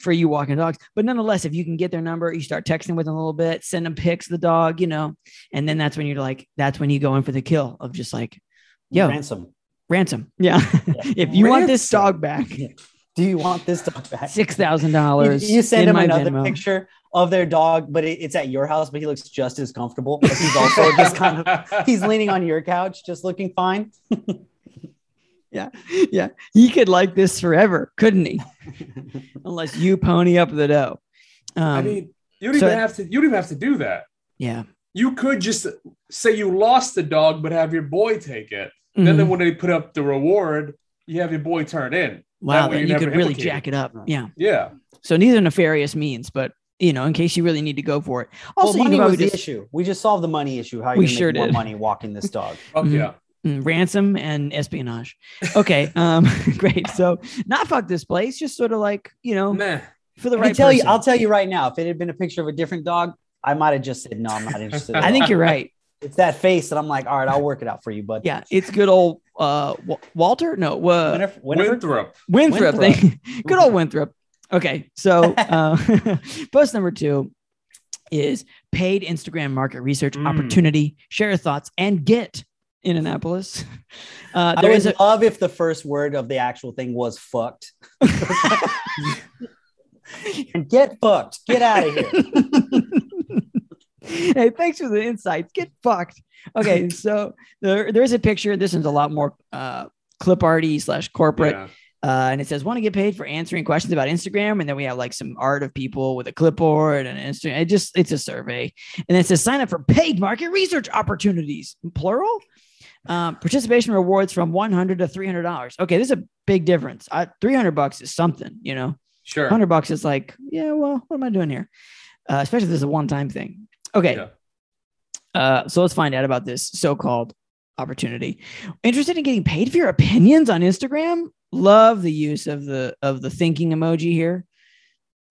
for you walking dogs. But nonetheless, if you can get their number, you start texting with them a little bit, send them pics of the dog, you know, and then that's when you're like, that's when you go in for the kill of just like, yo, Ransom. ransom. Yeah. [LAUGHS] if you want this dog back, Do you want this dog back? six thousand You- dollars. You send him another picture of their dog, but it, it's at your house, but he looks just as comfortable. Like he's also just kind of [LAUGHS] he's leaning on your couch, just looking fine. Yeah, yeah. He could like this forever, couldn't [LAUGHS] he? Unless you pony up the dough. Um, I mean, you don't so- even have to. You don't even have to do that. yeah. You could just say you lost the dog, but have your boy take it. Then, Mhm. then when they put up the reward, you have your boy turn in. wow, way that you're you could never really implicated. jack it up. Yeah. Yeah, So these are nefarious means, but you know, in case you really need to go for it. Also, well, you money could probably was the just issue. We just solved the money issue. How are you We gonna sure make more did. money walking this dog? Fuck Mhm. yeah. Mm, ransom and [LAUGHS] espionage. Okay, um, [LAUGHS] great. So not fuck this place, just sort of like you know Meh. for [LAUGHS] the I right can tell person. you, I'll tell you right now, if it had been a picture of a different dog, I might have just said no, I'm [LAUGHS] not interested. at I think all." you're right. it's that face that I'm like, all right, I'll work it out for you, bud. Yeah, it's good old uh, Wa- Walter. No, uh, Winif- Winifred? Winthrop. Winthrop, thing. [LAUGHS] Good old Winthrop. Okay, so uh, [LAUGHS] post number two is paid Instagram market research Mm. opportunity. Share your thoughts and get in Annapolis. [LAUGHS] Uh, I there would [LAUGHS] is a love if the first word of the actual thing [LAUGHS] was fucked. [LAUGHS] and get fucked. Get out of here. hey, thanks for the insights. Get fucked. Okay, so there, there is a picture. This one's a lot more uh, clip arty slash corporate. Yeah. Uh, and it says, want to get paid for answering questions about Instagram. And then we have like some art of people with a clipboard and an Instagram. It just, it's a survey. And then it says, sign up for paid market research opportunities, plural. Um, participation rewards from 100 to $300. Okay. This is a big difference. I, 300 bucks is something, you know, Sure. 100 bucks is like, yeah, well, what am I doing here? Uh, especially if this is a one time thing. Okay. Yeah. Uh, so let's find out about this so called opportunity. Interested in getting paid for your opinions on Instagram? Love the use of the of the thinking emoji here.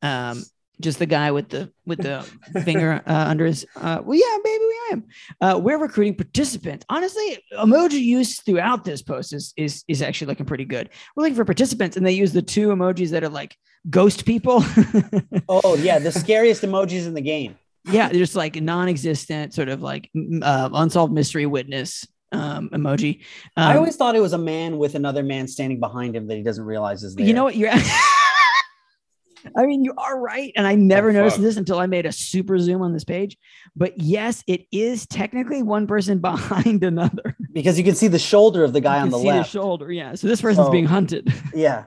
Um, just the guy with the with [LAUGHS] the finger uh, under his. Uh, well, yeah, maybe we am. Uh, we're recruiting participants. Honestly, emoji use throughout this post is is is actually looking pretty good. We're looking for participants, and they use the two emojis that are like ghost [LAUGHS] people. Oh, yeah. The scariest emojis in the game. yeah, they're just like non-existent, sort of like m- uh, unsolved mystery witness um, emoji. Um, I always thought it was a man with another man standing behind him that he doesn't realize is there. you know what you're. [LAUGHS] I mean, you are right, and I never Oh, noticed fuck. this until I made a super zoom on this page. But yes, it is technically one person [LAUGHS] behind another. Because you can see the shoulder of the guy You can on the see their left. shoulder. Yeah, so this person's So- being hunted. Yeah.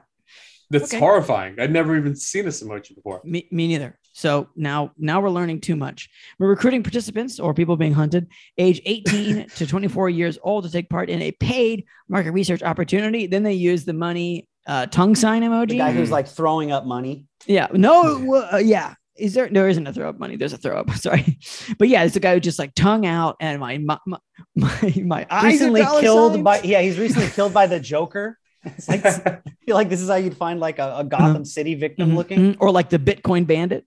That's Okay. horrifying. I'd never even seen this emoji before. Me, me neither. So now, now we're learning too much. We're recruiting participants or people being hunted, age 18 to 24 years old, to take part in a paid market research opportunity. Then they use the money uh, tongue sign The emoji. guy who's like throwing up money. yeah, no, it wa- uh, yeah. Is there? There isn't a throw up money. There's a throw up. [LAUGHS] Sorry, but yeah, it's the guy who just like tongue out and my my my my, my eyes are Recently dollar killed signs. by yeah, he's recently killed by the [LAUGHS] Joker. It's like I feel like this is how you'd find like a, a Gotham City victim Mhm, looking. mhm. or like the Bitcoin bandit.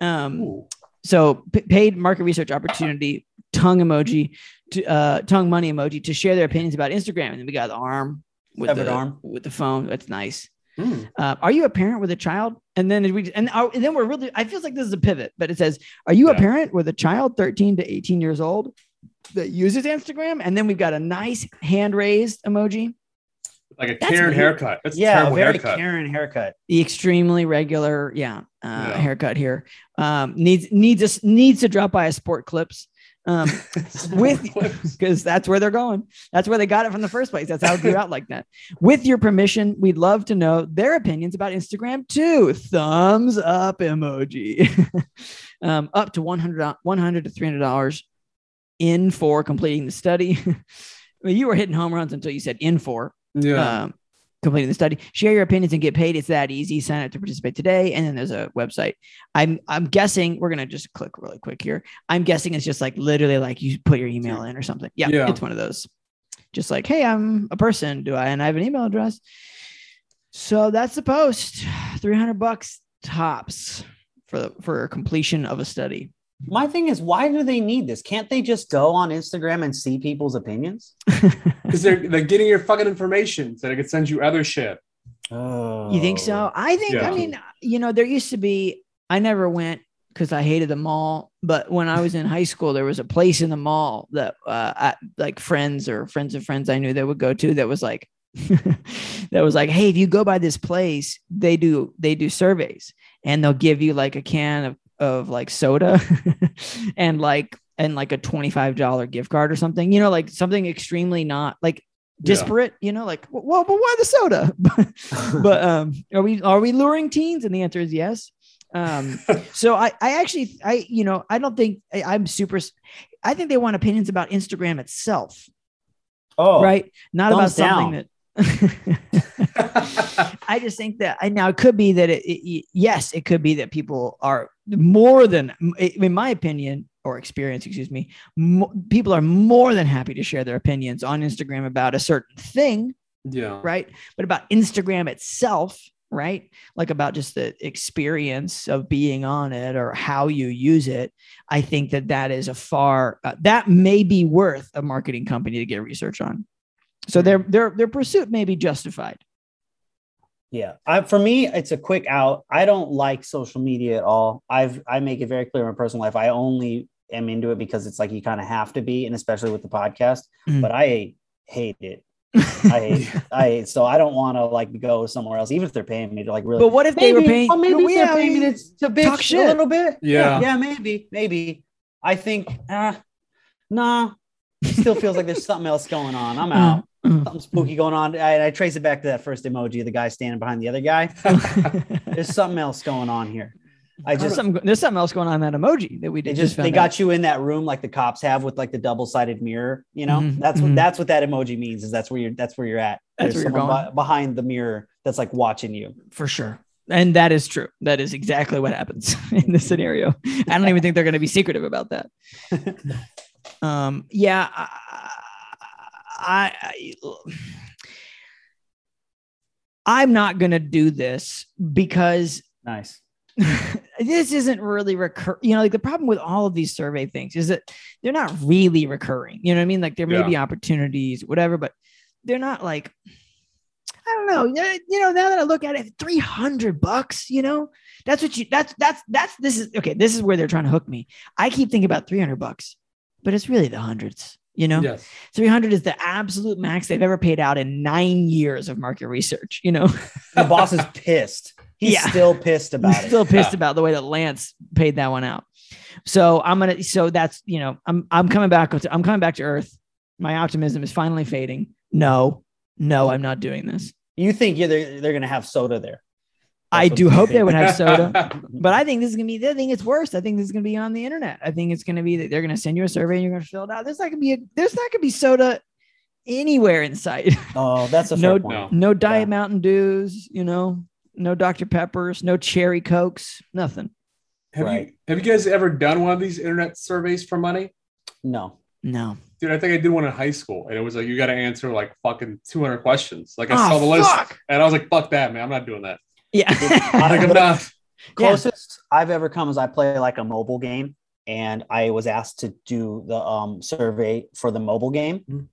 Um, Ooh. So p- paid market research opportunity, tongue emoji, to, uh, tongue money emoji to share their opinions about Instagram. And then we got the arm with Severed the arm. with the phone. That's nice. [LAUGHS] Hmm. Uh, are you a parent with a child? And then we and, are, and then we're really. I feels like this is a pivot, but it says, "Are you a Yeah. parent with a child 13 to 18 years old that uses Instagram?" And then we've got a nice hand raised emoji, Like a That's Karen weird. haircut. That's a Yeah, a terrible very haircut. Karen haircut. the extremely regular, yeah, uh, Yeah. haircut here. Um, needs needs us needs to drop by a sport clips. Um, [LAUGHS] with- [LAUGHS] Clips. because that's where they're going. That's where they got it from the first place. That's how it grew out like that. With your permission, we'd love to know their opinions about Instagram too. Thumbs up emoji. [LAUGHS] um, up to 100, 100 to $300 in for completing the study. [LAUGHS] I mean, you were hitting home runs until you said in for Yeah. um, completing the study. Share your opinions and get paid. It's that easy. Sign up to participate today. And then there's a website. I'm I'm guessing we're gonna just click really quick here. I'm guessing it's just like literally like you put your email in or something. Yeah, Yeah. it's one of those. Just like, hey, I'm a person. Do I and I have an email address? So that's the post. [SIGHS] Three hundred bucks tops for for completion of a study. My thing is, why do they need this? Can't they just go on Instagram and see people's opinions? Because they're they're getting your fucking information so they could send you other shit. [LAUGHS] [LAUGHS] Oh. You think so? I think, I Yeah. mean, you know, there used to be, I never went because I hated the mall. But when I was in high school, there was a place in the mall that, uh, I, like friends or friends of friends I knew that would go to that was like [LAUGHS] that was like, hey, if you go by this place, they do they do surveys and they'll give you like a can of, of like soda [LAUGHS] and like and like a $25 gift card or something, you know, like something extremely not like disparate, you know, like well, but why the soda? [LAUGHS] but um are we are we luring teens? And the answer is yes. Um [LAUGHS] so I, I actually, I, you know, I don't think I, I'm super. s- I think they want opinions about Instagram itself, oh, right? Not about thumbs [LAUGHS] something that. I just think that I now it could be that it, it- yes, it could be that people are more than, in my opinion or experience, excuse me, mo- people are more than happy to share their opinions on Instagram about a certain thing yeah. right? But about Instagram itself, right? Like about just the experience of being on it or how you use it. I think that that is a far uh, that may be worth a marketing company to get research on. So their their their pursuit may be justified. Yeah. I, for me, it's a quick out. I don't like social media at all. I've I make it very clear in my personal life. I only am into it because it's like you kind of have to be, and especially with the podcast. Mm. But I hate [LAUGHS] it. I hate I hate, so I don't want to like go somewhere else, even if they're paying me to like really But what if they were paying? well, maybe if yeah, they're paying me to, to bitch shit. a little bit. Yeah. Yeah, maybe, maybe. I think uh nah. It still feels like there's something else going on. I'm out Mm-hmm. something spooky going on. I, I trace it back to that first emoji, the guy standing behind the other guy. [LAUGHS] [LAUGHS] There's something else going on here. I there's, just something, there's something else going on in that emoji that we they did, just just they found got you in that room like the cops have with like the double sided mirror. You know, Mhm, that's mhm. what that's what that emoji means. Is that's where you're that's where you're at. That's where you're someone going. be- behind the mirror that's like watching you. for sure. And that is true. That is exactly what happens [LAUGHS] in this scenario. I don't even think they're going to be secretive about that. [LAUGHS] um, yeah, I, I, I'm not going to do this because Nice. [LAUGHS] this isn't really recur. You know, like the problem with all of these survey things is that they're not really recurring. You know what I mean? Like there may Yeah. be opportunities, whatever, but they're not like. I don't know. Yeah, You know, now that I look at it, three hundred bucks. You know, that's what you. That's that's that's this is okay. This is where they're trying to hook me. I keep thinking about three hundred bucks, but it's really the hundreds. You know, Yes. 300 is the absolute max they've ever paid out in nine years of market research. You know, The [LAUGHS] boss is pissed. He's Yeah. still pissed I'm about [LAUGHS] it. still pissed about the way that Lance paid that one out. So I'm gonna. So that's you know I'm I'm coming back. To, I'm coming back to earth. My optimism is finally fading. No, no, I'm not doing this. You think yeah, they're they're gonna have soda there? I That's what do you hope think. they would have [LAUGHS] soda, but I think this is gonna be. the thing. It's worse. I think this is gonna be on the internet. I think it's gonna be that they're gonna send you a survey and you're gonna fill it out. There's not gonna be a, there's not gonna be soda anywhere in sight. Oh, that's a fair No- point. No. No diet Yeah. Mountain Dews. You know, no Dr Peppers. No cherry cokes. Nothing. Have Right. you have you guys ever done one of these internet surveys for money? No. No. Dude, I think I did one in high school, and it was like you got to answer like fucking 200 questions. Like I Ah, saw the list, fuck! and I was like, "Fuck that, man! I'm not doing that." Yeah. Like I'm not. [LAUGHS] closest I've ever come is I play like a mobile game, and I was asked to do the um, survey for the mobile game, Mm-hmm. Mm.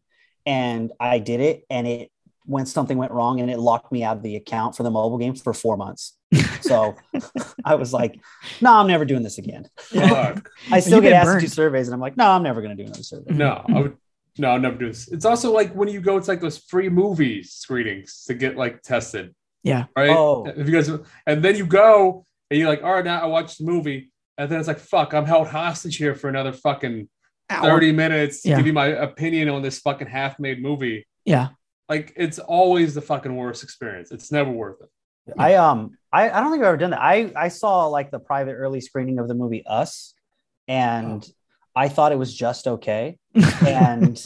and I did it, and it when something went wrong, and it locked me out of the account for the mobile game for four months. [LAUGHS] So [LAUGHS] I was like, "No, I'm never doing this again." [LAUGHS] Fuck. I still You get get asked to do burned. surveys, and I'm like, "No, I'm never going to do another survey." No, I would. No, I'm never doing this. It's also like when you go, it's like those free movie screenings to get like tested. Yeah. Right. Oh. If you guys, and then you go and you're like, "All right, now I watched the movie," and then it's like, "Fuck, I'm held hostage here for another fucking Ow. 30 minutes to Yeah. give you my opinion on this fucking half-made movie." Yeah. Like it's always the fucking worst experience. It's never worth it. I um I, I don't think I've ever done that. I I saw like the private early screening of the movie Us, and I thought it was just okay, [LAUGHS] and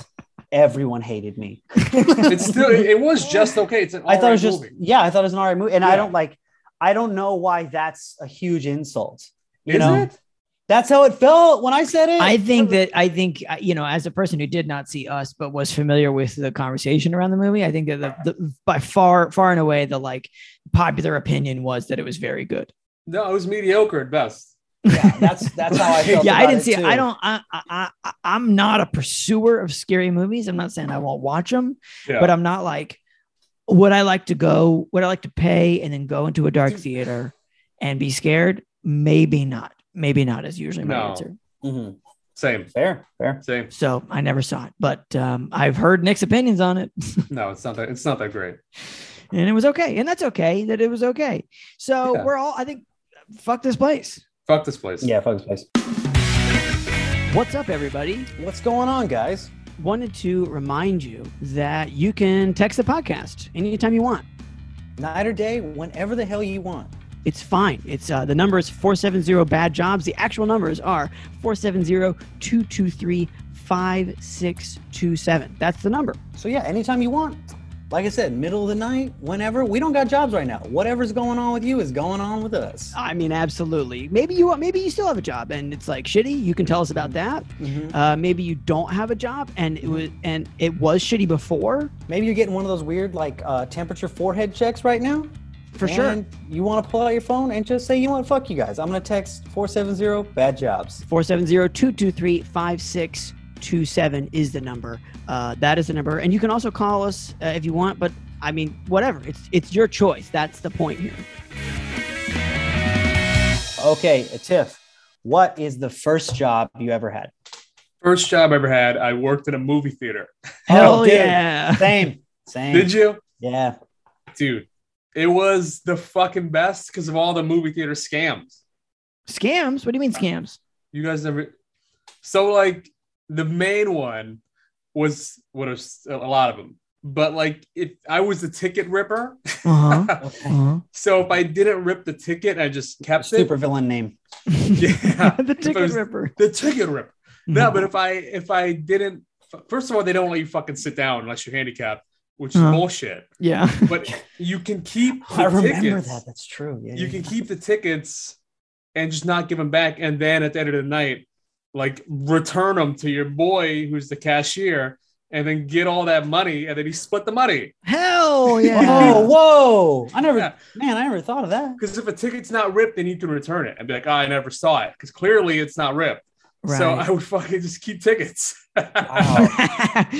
everyone hated me. It's still it was just okay. It's an I thought it was alright just movie. yeah, I thought it was an alright movie, and I Yeah. don't like I don't know why that's a huge insult. You Is know, it? that's how it felt when I said it. [LAUGHS] I think that I think uh, you know, as a person who did not see us but was familiar with the conversation around the movie, I think that the, the by far, far and away, the like popular opinion was that it was very good. No, it was mediocre at best. yeah, that's that's how I [LAUGHS] felt. yeah, I about didn't see. It it. too. I don't. I, I, I, I'm not a pursuer of scary movies. I'm not saying I won't watch them, Yeah. but I'm not like, would I like to go? Would I like to pay and then go into a dark Dude. theater and be scared? Maybe not. Maybe not is usually my No. answer. Mhm. Same, Fair, fair. same. So I never saw it, but um, I've heard Nick's opinions on it, [LAUGHS] No, it's not that. It's not that great. and it was okay, and that's okay that it was okay. So Yeah. we're all, I think, fuck this place. Fuck this place. Yeah, fuck this place. What's up, everybody? What's going on, guys? Wanted to remind you that you can text the podcast anytime you want. Night or day, whenever the hell you want. It's fine. It's uh, the number is 470 bad jobs. The actual numbers are 470-223-5627. That's the number. So yeah, anytime you want. Like I said, middle of the night, whenever. We don't got jobs right now. Whatever's going on with you is going on with us. I mean, absolutely. Maybe you maybe you still have a job and it's like shitty. You can tell us about that. Mhm. Uh, maybe you don't have a job and it was and it was shitty before Maybe you're getting one of those weird like uh, temperature forehead checks right now. for sure. And you want to pull out your phone and just say, you know what, fuck you guys. I'm gonna text 470 bad jobs. 470-223-5627 is the number. Uh, that is the number, and you can also call us uh, if you want. But I mean, whatever. It's it's your choice. That's the point here. Okay, a Tiff. What is the first job you ever had? First job I ever had, I worked in a movie theater. Hell Oh, dude. yeah. Same. Same. Did you? Yeah. Dude, it was the fucking best because of all the movie theater scams. Scams? What do you mean scams? You guys never. So like the main one was what was a lot of them, but like if I was the ticket ripper, [LAUGHS] Uh Okay. huh. so if I didn't rip the ticket, I just kept Super villain name. it. [LAUGHS] [LAUGHS] Yeah, the ticket was- ripper. the ticket ripper. Mm-hmm. No, Mm-hmm. but if I if I didn't, first of all, they don't let you fucking sit down unless you're handicapped, which is Uh-huh. bullshit. yeah. But [LAUGHS] you can keep. The I remember tickets. that. That's true. Yeah, you yeah. can keep the tickets and just not give them back and then at the end of the night like return them to your boy who's the cashier and then get all that money and then he split the money [LAUGHS] Hell yeah. Oh, whoa. I never, Yeah. man, I never thought of that. because if a ticket's not ripped then you can return it and be like oh, i never saw it because clearly it's not ripped so [LAUGHS] i would fucking just keep [LAUGHS] tickets [LAUGHS] Wow.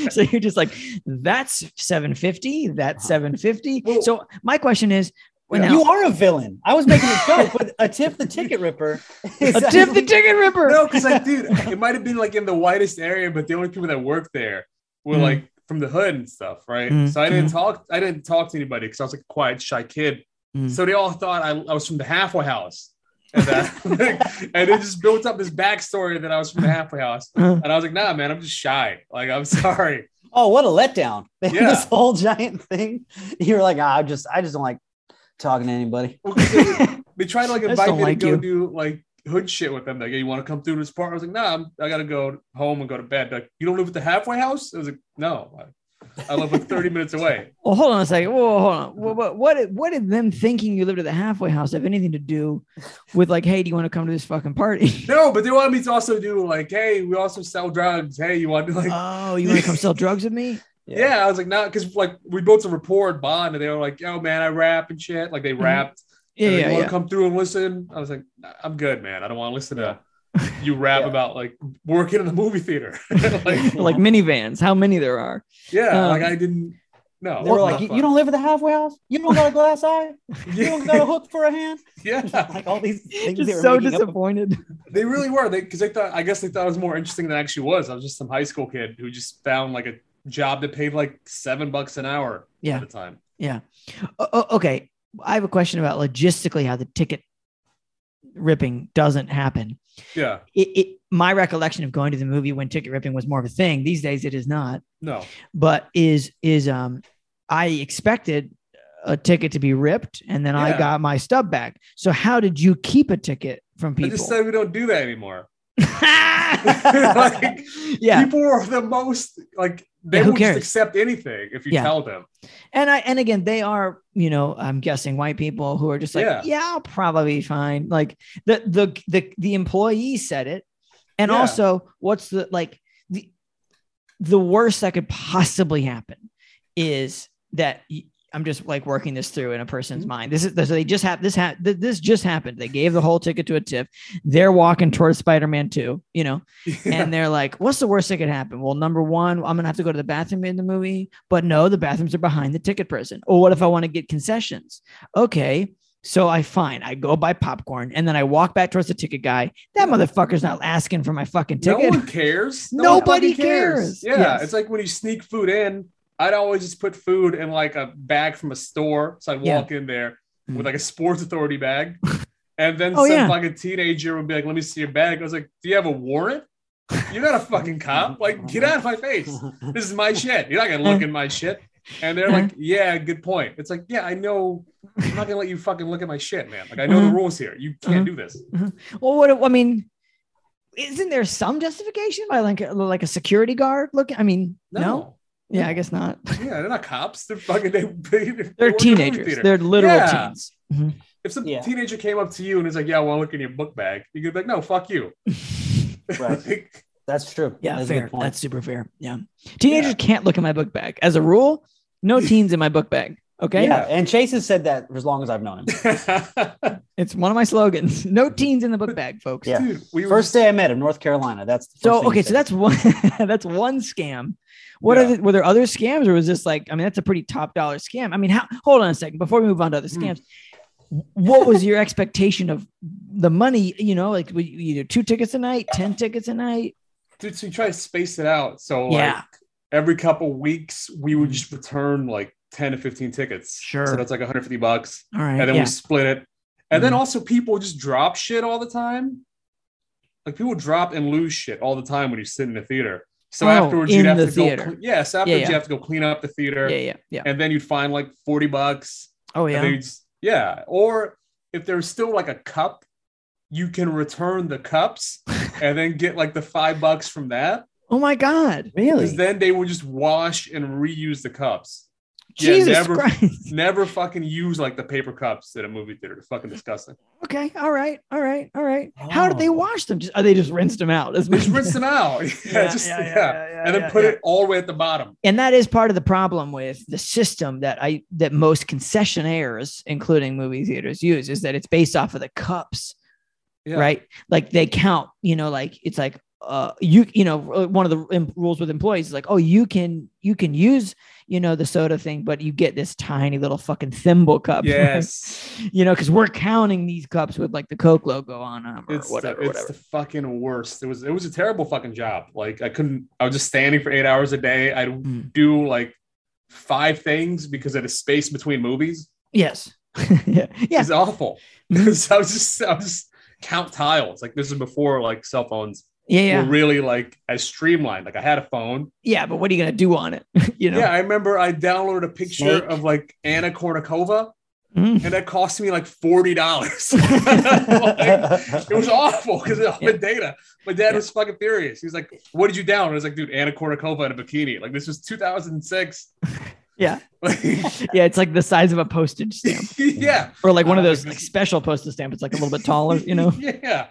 so you're just like, that's 750. That's 750. Well- so my question is, when You are a villain. I was making a joke, but a tip the ticket ripper. is [LAUGHS] a tip the actually- ticket ripper. no because like dude it might have been like in the widest area but the only people that worked there were Mm. like from the hood and stuff right Mm, so i didn't talk i didn't talk to anybody because i was like a quiet shy kid Mm. So they all thought I, I was from the halfway house. And, that, [LAUGHS] and it just built up this backstory that I was from the halfway house. Uh, And I was like, nah, man, I'm just shy. Like, [LAUGHS] I'm [LAUGHS] sorry. [LAUGHS] Oh, what a letdown. [LAUGHS] Yeah. this whole giant thing. You were like, "Ah, I just, I just don't like talking to anybody. Well, 'cause they, they tried to like Just invite don't me like to go you. do like hood shit with them. Like, hey, you want to come through this part? I was like, nah, I'm, I got to go home and go to bed. They're Like, you don't live at the halfway house? I was like, no, I, I live like 30 [LAUGHS] minutes away. [LAUGHS] well, hold on a second. Whoa, hold on. What, what, what, did, what did them thinking you lived at the halfway house have anything to do with like, hey, do you want to come to this fucking party? [LAUGHS] No, but they wanted me to also do like, hey, we also sell drugs. Hey, you want to like, oh, you want to come sell drugs with me? Yeah. I was like, nah, because like we built a rapport and bond, and they were like, "Yo, man, I rap and shit." Like they rapped. Mm-hmm. Yeah, And they yeah, want yeah. to come through and listen? I was like, "Nah, I'm good, man. I don't want to listen to [LAUGHS] you rap Yeah. about like working in the movie theater. [LAUGHS] [LAUGHS] like, like minivans, how many there [LAUGHS] are. yeah, Um, like I didn't. No, They were not like, you, fun. you don't live at the halfway house? You don't got a glass eye? You don't got a hook for a hand? [LAUGHS] [LAUGHS] yeah, [LAUGHS] Like all these things they Just were so making up. disappointed. they really were. They because they thought I guess they thought it was more interesting than it actually was. I was just some high school kid who just found like a job that paid like seven bucks an hour Yeah. at a time. O- o- Oh, okay. I have a question about logistically how the ticket ripping doesn't happen. Yeah, It, it my recollection of going to the movie when ticket ripping was more of a thing. These days it is not. no, But is is um I expected a ticket to be ripped and then I Yeah. got my stub back. So how did you keep a ticket from I people? just said we don't do that anymore. [LAUGHS] like, [LAUGHS] yeah. people are the most like they Yeah, who will cares? just accept anything if you Yeah. tell them. And I and again, they are, you know, I'm guessing white people who are just like, yeah, Yeah. I'll probably be fine. Like the the the the employee said it. And Yeah. also, what's the like the the worst that could possibly happen is that y- I'm just like working this through in a person's mind. This is so they just have this ha- th- this just happened. They gave the whole ticket to a tip. They're walking towards Spider-Man 2, you [LAUGHS] know, and they're like, "What's the worst that could happen?" Well, number one, I'm gonna have to go to the bathroom in the movie, but no, the bathrooms are behind the ticket person. Or what if I want to get concessions? Okay, So I fine, I go buy popcorn and then I walk back towards the ticket guy. That motherfucker's not asking for my fucking No ticket. one cares. No Nobody one fucking cares. Yeah, Yes. it's like when you sneak food in. I'd always just put food in like a bag from a store, so I'd Yeah. walk in there Mm. with like a Sports Authority [LAUGHS] bag, and then Oh, some yeah. fucking teenager would be like, "Let me see your bag." I was like, "Do you have a warrant? You're not a fucking cop. Like, get out of my face. This is my shit. You're not gonna look in my shit." And they're [LAUGHS] like, "Yeah, good point." It's like, "Yeah, I know. I'm not gonna let you fucking look at my shit, man. Like, I know the Mhm. rules here. You can't do this." well, what I mean, isn't there some justification by like a, like a security guard looking? I mean, no. Yeah, I guess not. Yeah, they're not cops. They're fucking they, [LAUGHS] they They're work in a movie teenagers. theater. They're literal Yeah. teens. Mm-hmm. if some Yeah. teenager came up to you and is like, "Yeah, I want to look in your book bag," you could be like, "No, fuck you." [LAUGHS] Right. [LAUGHS] Like, That's true. Yeah, That's a fair. good point. That's super fair. Yeah. Teenagers can't look in my book bag. As a rule, [LAUGHS] no teens in my book bag. Okay. Yeah. And Chase has said that for as long as I've known [LAUGHS] him. It's one of my slogans. [LAUGHS] No teens in the book bag, folks. Yeah. Dude, we were First day I met him, North Carolina. That's the first So thing he okay, so said. that's one [LAUGHS] that's one scam. What Yeah. are the, were there other scams or was this like I mean that's a pretty top dollar scam. I mean, how hold on a second before we move on to other Hmm. scams. What was your [LAUGHS] expectation of the money? You know, like we either two tickets a night, ten tickets a night. dude, so you try to space it out. So like yeah, Mm. every couple weeks, we would just return like ten to fifteen tickets. Sure. So that's like one hundred fifty bucks, all right. and then yeah. Mm. we split it. And then also people just drop shit all the time. Like people drop and lose shit all the time when you sit in the theater. So Oh, afterwards you'd in have the to theater. go. Cle- yeah. So afterwards yeah. you have to go clean up the theater, yeah, yeah, yeah. and then you'd find like forty bucks. Oh And yeah. they just- yeah. Or if there's still like a cup, you can return the [LAUGHS] cups and then get like the five bucks from that. oh my God. really Because then they will just wash and reuse the cups. Yeah, Jesus never- Christ. [LAUGHS] Never fucking use like the paper cups at a movie theater. They're fucking disgusting. Okay. All right. All right. All right. How did they Oh. wash them? Just, oh, they just rinsed them out. As [LAUGHS] Just rinse them out. Yeah. just, yeah, and then put it all the way at the bottom. and that is part of the problem with the system that I that most concessionaires, including movie theaters, use is that it's based off of the cups, Yeah. right? Like they count, you know, like it's like uh you you know uh, one of the em- rules with employees is like oh you can you can use you know the soda thing but you get this tiny little fucking thimble cup [LAUGHS] Yes. you know because we're counting these cups with like the coke logo on them or It's whatever the, it's whatever the fucking worst. It was it was a terrible fucking job. Like I couldn't. I was just standing for eight hours a day. I'd Mm. do like five things because of the space between movies. yes yeah yeah It's awful. [LAUGHS] Mhm. so I was just I was just count tiles. Like this is before like cell phones yeah yeah were really like as streamlined. Like I had a phone. yeah but what are you gonna do on it [LAUGHS] you know Yeah, I remember I downloaded a picture Snake. of like Anna Kournikova, Mm. and that cost me like forty [LAUGHS] dollars. [LAUGHS] like, it was awful because of all the data. My dad Yeah. was fucking furious. He was like, "What did you down?" I was like, "Dude, Anna Kournikova in a bikini." Like this was 2006. [LAUGHS] Yeah. [LAUGHS] Like, yeah, it's like the size of a postage stamp, yeah. or like one of Uh, those because- like special postage stamps. It's like a little bit taller, you know. [LAUGHS] yeah.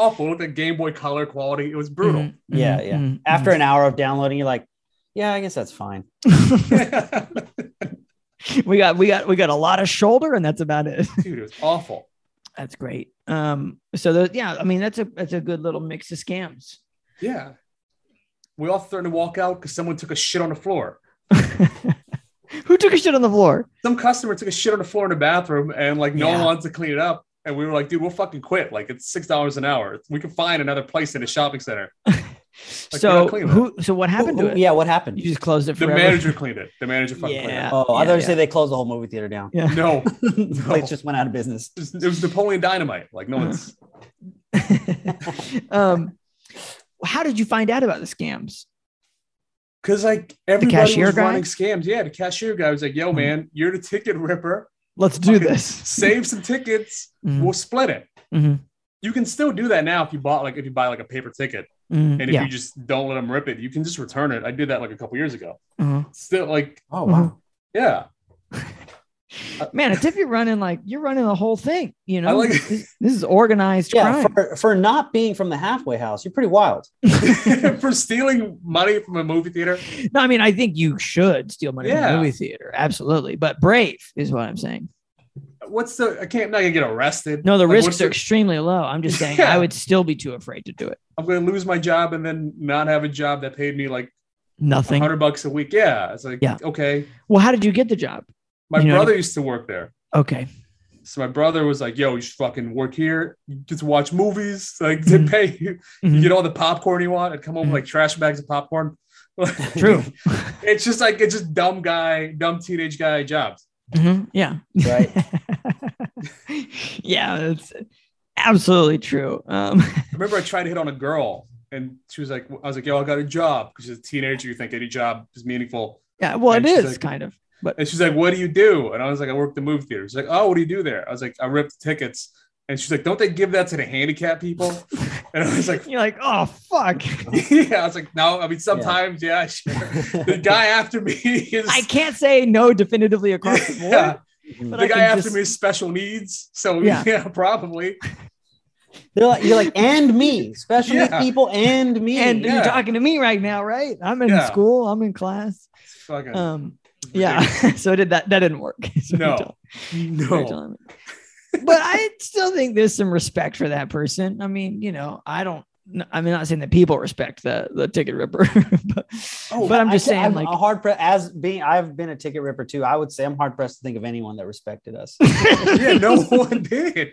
Awful. Look at Game Boy Color quality. It was brutal. Mhm, Yeah, mhm, yeah. mhm, After an hour of downloading, you're like, yeah, I guess that's fine. [LAUGHS] mhm. we got we got we got a lot of shoulder, and that's about it. [LAUGHS] [LAUGHS] Dude, it was awful. that's great. Um, so those, yeah, I mean that's a that's a good little mix of scams. Yeah. We all threatened to walk out because someone took a shit on the floor. Who took a shit on the floor? Some customer took a shit on the floor in the bathroom and like no one Yeah. wants to clean it up. And we were like, dude, we'll fucking quit. Like it's six dollars an hour. We can find another place in a shopping center. we're so not cleaning who? So what happened Who- to who- it? Yeah, what happened? you just closed it The forever. manager cleaned it. The manager fucking yeah. oh, I yeah, thought you yeah. say they closed the whole movie [LAUGHS] theater down. Yeah. cleaned it. No, the place just went out of business. it was- it was Napoleon Dynamite. Like no one's. [LAUGHS] um, how did you find out about the scams? Because like everybody cashier was guy? running scams. Yeah, the cashier guy was like, "Yo, man, you're the ticket ripper. Let's do Fucking this. Save some tickets. Mhm, We'll split it." mhm, You can still do that now if you bought like if you buy like a paper ticket mhm, and if yeah. you just don't let them rip it, you can just return it. I did that like a couple years ago. uh-huh. Still like Oh wow. yeah, [LAUGHS] Man, it's if you're running like you're running the whole thing, you know. like- this, this is organized Yeah, crime. for, for not being from the halfway house, you're pretty wild. for stealing money from a movie theater. no, I mean, I think you should steal money from Yeah. the movie theater, absolutely. But brave is what I'm saying. What's the? I can't. Not gonna get arrested. No, the Like, what's risks are the- extremely low. I'm just saying, Yeah. I would still be too afraid to do it. I'm gonna lose my job and then not have a job that paid me like Nothing. hundred bucks a week. Yeah, it's like Yeah. okay. Well, how did you get the job? My You know, [LAUGHS] brother used to work there. Okay, So my brother was like, "Yo, you should fucking work here. You get to watch movies. [LAUGHS] Like to Mhm. pay you, you get all the popcorn you want." I'd come Mm-hmm. home with, like trash bags of popcorn. [LAUGHS] [LAUGHS] True. it's just like it's just dumb guy, dumb teenage guy jobs. Mhm. Yeah. [LAUGHS] Right. [LAUGHS] yeah, that's absolutely true. Um, [LAUGHS] I remember I tried to hit on a girl, and she was like, "I was like, yo, I got a job." Because she's a teenager, you think any job is meaningful. yeah, well, And it she's is like- kind of. And she's like, "What do you do?" And I was like, "I work the movie theater." She's like, "Oh, what do you do there?" I was like, "I rip the tickets." And she's like, "Don't they give that to the [LAUGHS] handicapped people?" And I was like, [LAUGHS] You're like, oh fuck, "Yeah." I was like, "No, I mean sometimes, yeah, [LAUGHS] sure." The guy after me is I can't say no definitively across the board. yeah, but I can the guy after just- me is special needs, so Yeah. [LAUGHS] yeah, probably. They're like, you're like, and me, special needs Yeah. people, and me. And Yeah. you're talking to me right now, right? I'm in Yeah. school. I'm in class. It's fucking Um, yeah. [LAUGHS] so it did that? That didn't work. [LAUGHS] Is what you're No. telling- ridiculous. you're telling me. but I still think there's some respect for that person. I mean, you know, I don't. I'm not saying that people respect the the ticket ripper, [LAUGHS] but, Oh, but I'm I just ca- saying, I'm like, a hard press as being. I've been a ticket ripper too. I would say I'm hard pressed to think of anyone that respected us. [LAUGHS] I no, [LAUGHS] yeah, no one did.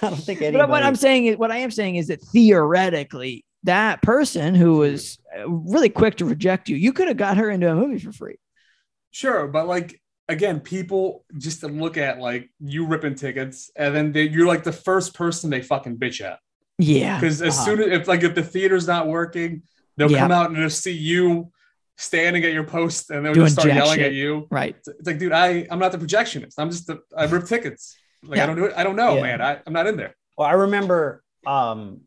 don't think But anybody. what I'm saying is, what I am saying is that theoretically, that person who was uh, really quick to reject you, you could have got her into a movie for free. Sure, but like again, people just to look at like you ripping tickets, and then they, you're like the first person they fucking bitch at. [LAUGHS] Yeah. Because as Uh-huh. soon as if like if the theater's not working, they'll Yeah. come out and they'll see you standing at your post and they'll Doing just start jack yelling shit. at you. Right. It's, it's like, dude, I I'm not the projectionist. I'm just the, I rip tickets. Like Yeah. I don't do it. I don't know, Yeah. man. I, I'm not in there. Well, I remember um,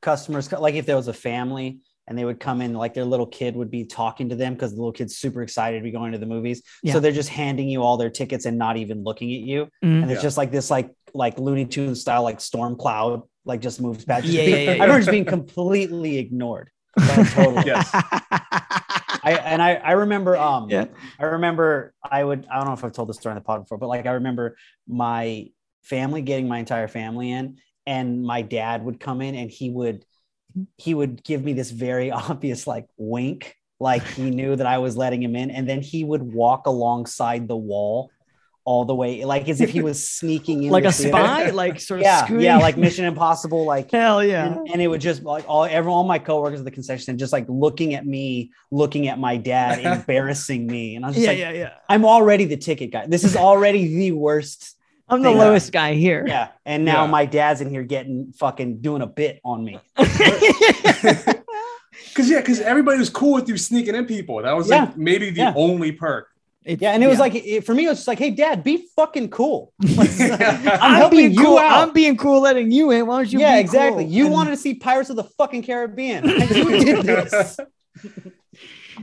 customers like if there was a family and they would come in, like their little kid would be talking to them because the little kid's super excited to be going to the movies. Yeah. So they're just handing you all their tickets and not even looking at you. Mm. And it's Yeah. just like this, like like Looney Tunes style, like storm cloud, like just moves past. Just Yeah, being- yeah, yeah, I yeah. remember just being [LAUGHS] completely ignored. Like, totally. Yes. I and I I remember um Yeah. I remember I would I don't know if I've told this story on the pod before, but like I remember my family getting my entire family in, and my dad would come in and he would he would give me this very [LAUGHS] obvious like wink, like he knew that I was letting him in, and then he would walk alongside the wall all the way, like as if he was sneaking in like the a theater. [LAUGHS] spy, like sort of Yeah, scooting. yeah, like Mission Impossible, [LAUGHS] like hell yeah. and, and it would just like all everyone, all my coworkers at the concession stand just like looking at me, looking at my dad, [LAUGHS] embarrassing me. And I was just Yeah, like, yeah, yeah. I'm already the ticket guy. This is already the worst. I'm the Yeah. lowest guy here. Yeah. And now Yeah. my dad's in here getting fucking doing a bit on me. Cause yeah, because everybody was cool with you sneaking in people. That was Yeah. like maybe the Yeah. only perk. [LAUGHS] It's- Yeah. And it was like it, for me, it was just like, hey dad, be fucking [LAUGHS] cool. [LAUGHS] Like, I'm, I'm helping being you cool. out. I'm being cool letting you in. Why don't you? yeah, be exactly. cool? You And- wanted to see Pirates of the fucking Caribbean. [LAUGHS] [LAUGHS] You did this.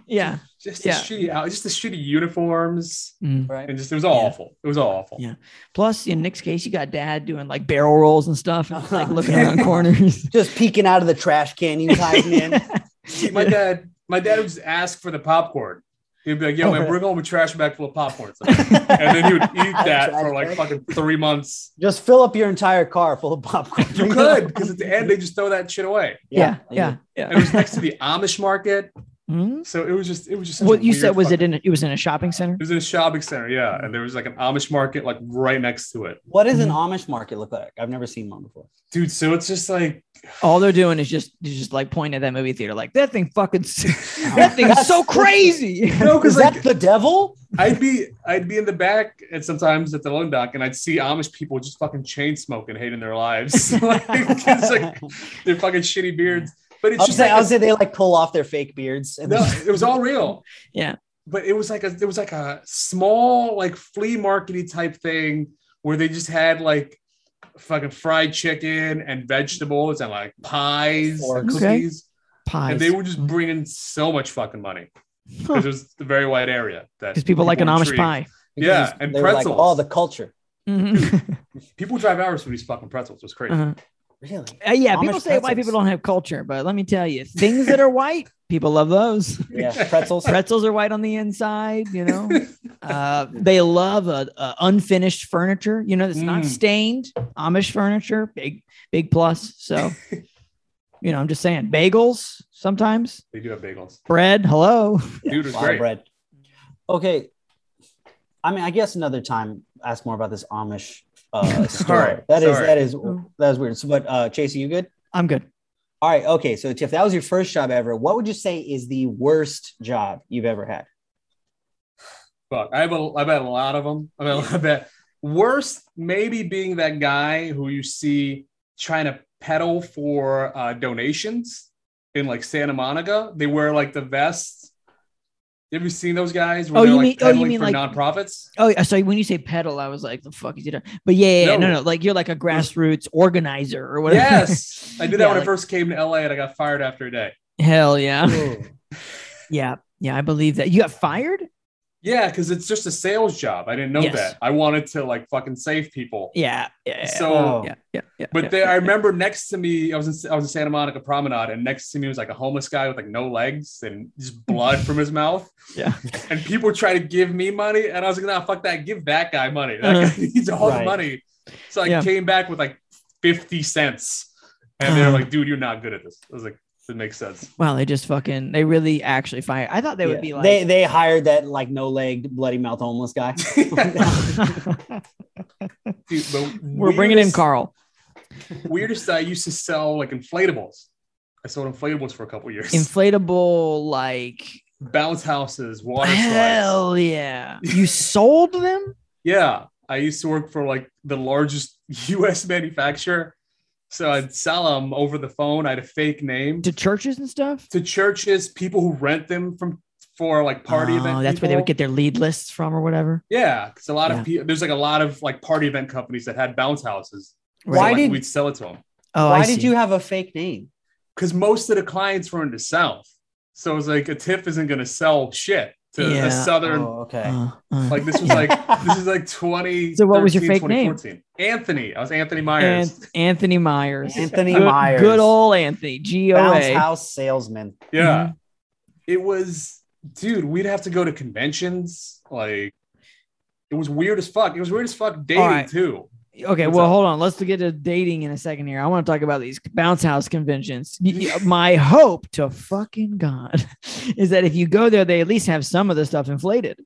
Yeah. [LAUGHS] Just the Yeah. shitty out, just the shitty uniforms. Mm. Right. And just it was awful. It was awful. Yeah. Plus, in Nick's case, you got dad doing like barrel rolls and stuff, and like [LAUGHS] Uh-huh. looking around corners. [LAUGHS] Just peeking out of the trash can he was [LAUGHS] hiding in. See, my dad, my dad would just ask for the popcorn. He'd be like, "Yo, Oh, man, bring home a trash bag full of [LAUGHS] popcorn," and then he would eat that for like fucking three months. Just fill up your entire car full of popcorn. You [LAUGHS] could, because at the end they just throw that shit away. yeah, they yeah, did. yeah. And it was next to the Amish market, Hmm? so it was just, it was just. such a What you weird said was it in? fucking- A, it was in a shopping center. It was in a shopping center, yeah, and there was like an Amish market like right next to it, What does an Mm-hmm. Amish market look like? I've never seen one before. dude. So it's just like All they're doing is just is just like pointing at that movie theater, like that thing fucking s- [LAUGHS] that thing is [LAUGHS] so crazy. [LAUGHS] no, Is because that like the devil? I'd be I'd be in the back and sometimes at the loan dock, and I'd see Amish people just fucking chain smoking, hating their lives, [LAUGHS] like, [LAUGHS] it's [LAUGHS] like their fucking shitty beards. But it's I'll just say, like I'll a- say they like pull off their fake beards. And No, it was all real. [LAUGHS] Yeah. But it was like a it was like a small like flea markety type thing where they just had like fucking fried chicken and vegetables and like pies and Forks. Okay. cookies. Pies. And they were just bringing so much fucking money because it was a very wide area that because people like an were Amish treating. pie. [LAUGHS] yeah, and they were like, pretzels. oh, the culture. [LAUGHS] Mhm. People drive hours for these fucking pretzels. It was crazy. Uh-huh. Really? [LAUGHS] Uh, yeah, Amish people say white pretzels. people don't have culture, but let me tell you, things that are [LAUGHS] white, people love those. Yeah, pretzels. pretzels are white on the inside you [LAUGHS] know uh, they love uh, uh, unfinished furniture you know that's not Mm. stained amish furniture big big plus [LAUGHS] so you know i'm just saying bagels sometimes [LAUGHS] They do have bagels. bread hello Dude, it was Wild great. bread. Okay. I mean, I guess another time ask more about this Amish uh, uh, [LAUGHS] Sorry, store. That is sorry. that is that is weird. So, but uh, Chase, are you good? I'm good. All right. Okay. So, if that was your first job ever, what would you say is the worst job you've ever [LAUGHS] had? Fuck, I have a, I've had a lot of them. I mean, I bet worst maybe being that guy who you see trying to peddle for uh, donations in like Santa Monica. They wear like the vests. Have you seen those guys? Oh, they're, you like, mean- oh, you peddling mean, for like- nonprofits? Oh, yeah, so when you say pedal, I was like, the fuck is he doing? But yeah, yeah, yeah, no. No. no, Like you're like a grassroots organizer or whatever. Yes, I did that Yeah, when I like- first came to LA, and I got fired after a day. [LAUGHS] Hell yeah. Ooh. Yeah. Yeah. I believe that. You got fired? Yeah, because it's just a sales job. I didn't know Yes. that. I wanted to like fucking save people. Yeah. Yeah. yeah, So Oh. yeah, yeah, yeah, But yeah, there, yeah, I remember next to me, I was in, I was in Santa Monica Promenade, and next to me was like a homeless guy with like no legs and just blood from his mouth. Yeah. [LAUGHS] And people try to give me money, and I was like, "Nah, fuck that. Give that guy money. That Uh-huh. guy [LAUGHS] needs all Right. the money." So I Yeah. came back with like fifty cents, and they're Uh. like, "Dude, you're not good at this." I was like, "It makes sense." Wow, they just fucking they really actually fired. I thought they would be like they they hired that like no legged bloody mouth homeless guy. [LAUGHS] Dude, but [LAUGHS] We're bringing in weirdest- Carl. Weirdest, I used to sell like inflatables. I sold inflatables for a couple years. Inflatable like Bounce houses, water slides. hell yeah. You sold them? Yeah, I used to work for like the largest [LAUGHS] U.S. manufacturer, so I'd sell them over the phone. I had a fake name To churches and stuff? to churches, people who rent them from for like party oh, event. That's where they would people. get their lead lists from or whatever. Yeah, because a lot of people there's like a lot of like party event companies that had bounce houses. So, Why like, did- we'd sell it to them? oh, [LAUGHS] Why I did see. you have a fake name? Because most of the clients were in the South, so it was like a TIFF isn't going to sell shit to Yeah. a Southern. Oh, okay. Uh, uh. [LAUGHS] Like this was like this is like twenty. So what was your fake name? 2014. Anthony. I was Anthony Myers. An- Anthony Myers. Anthony Good- Myers. Good old Anthony. bounce GOA. house salesman. Mm-hmm. Yeah. It was, dude, we'd have to go to conventions. Like, it was weird as fuck. It was weird as fuck dating, All right. too. Okay, What's well, up? hold on. Let's get to dating in a second here. I want to talk about these bounce house conventions. Y- y- My hope to fucking God [LAUGHS] is that if you go there, they at least have some of the stuff inflated.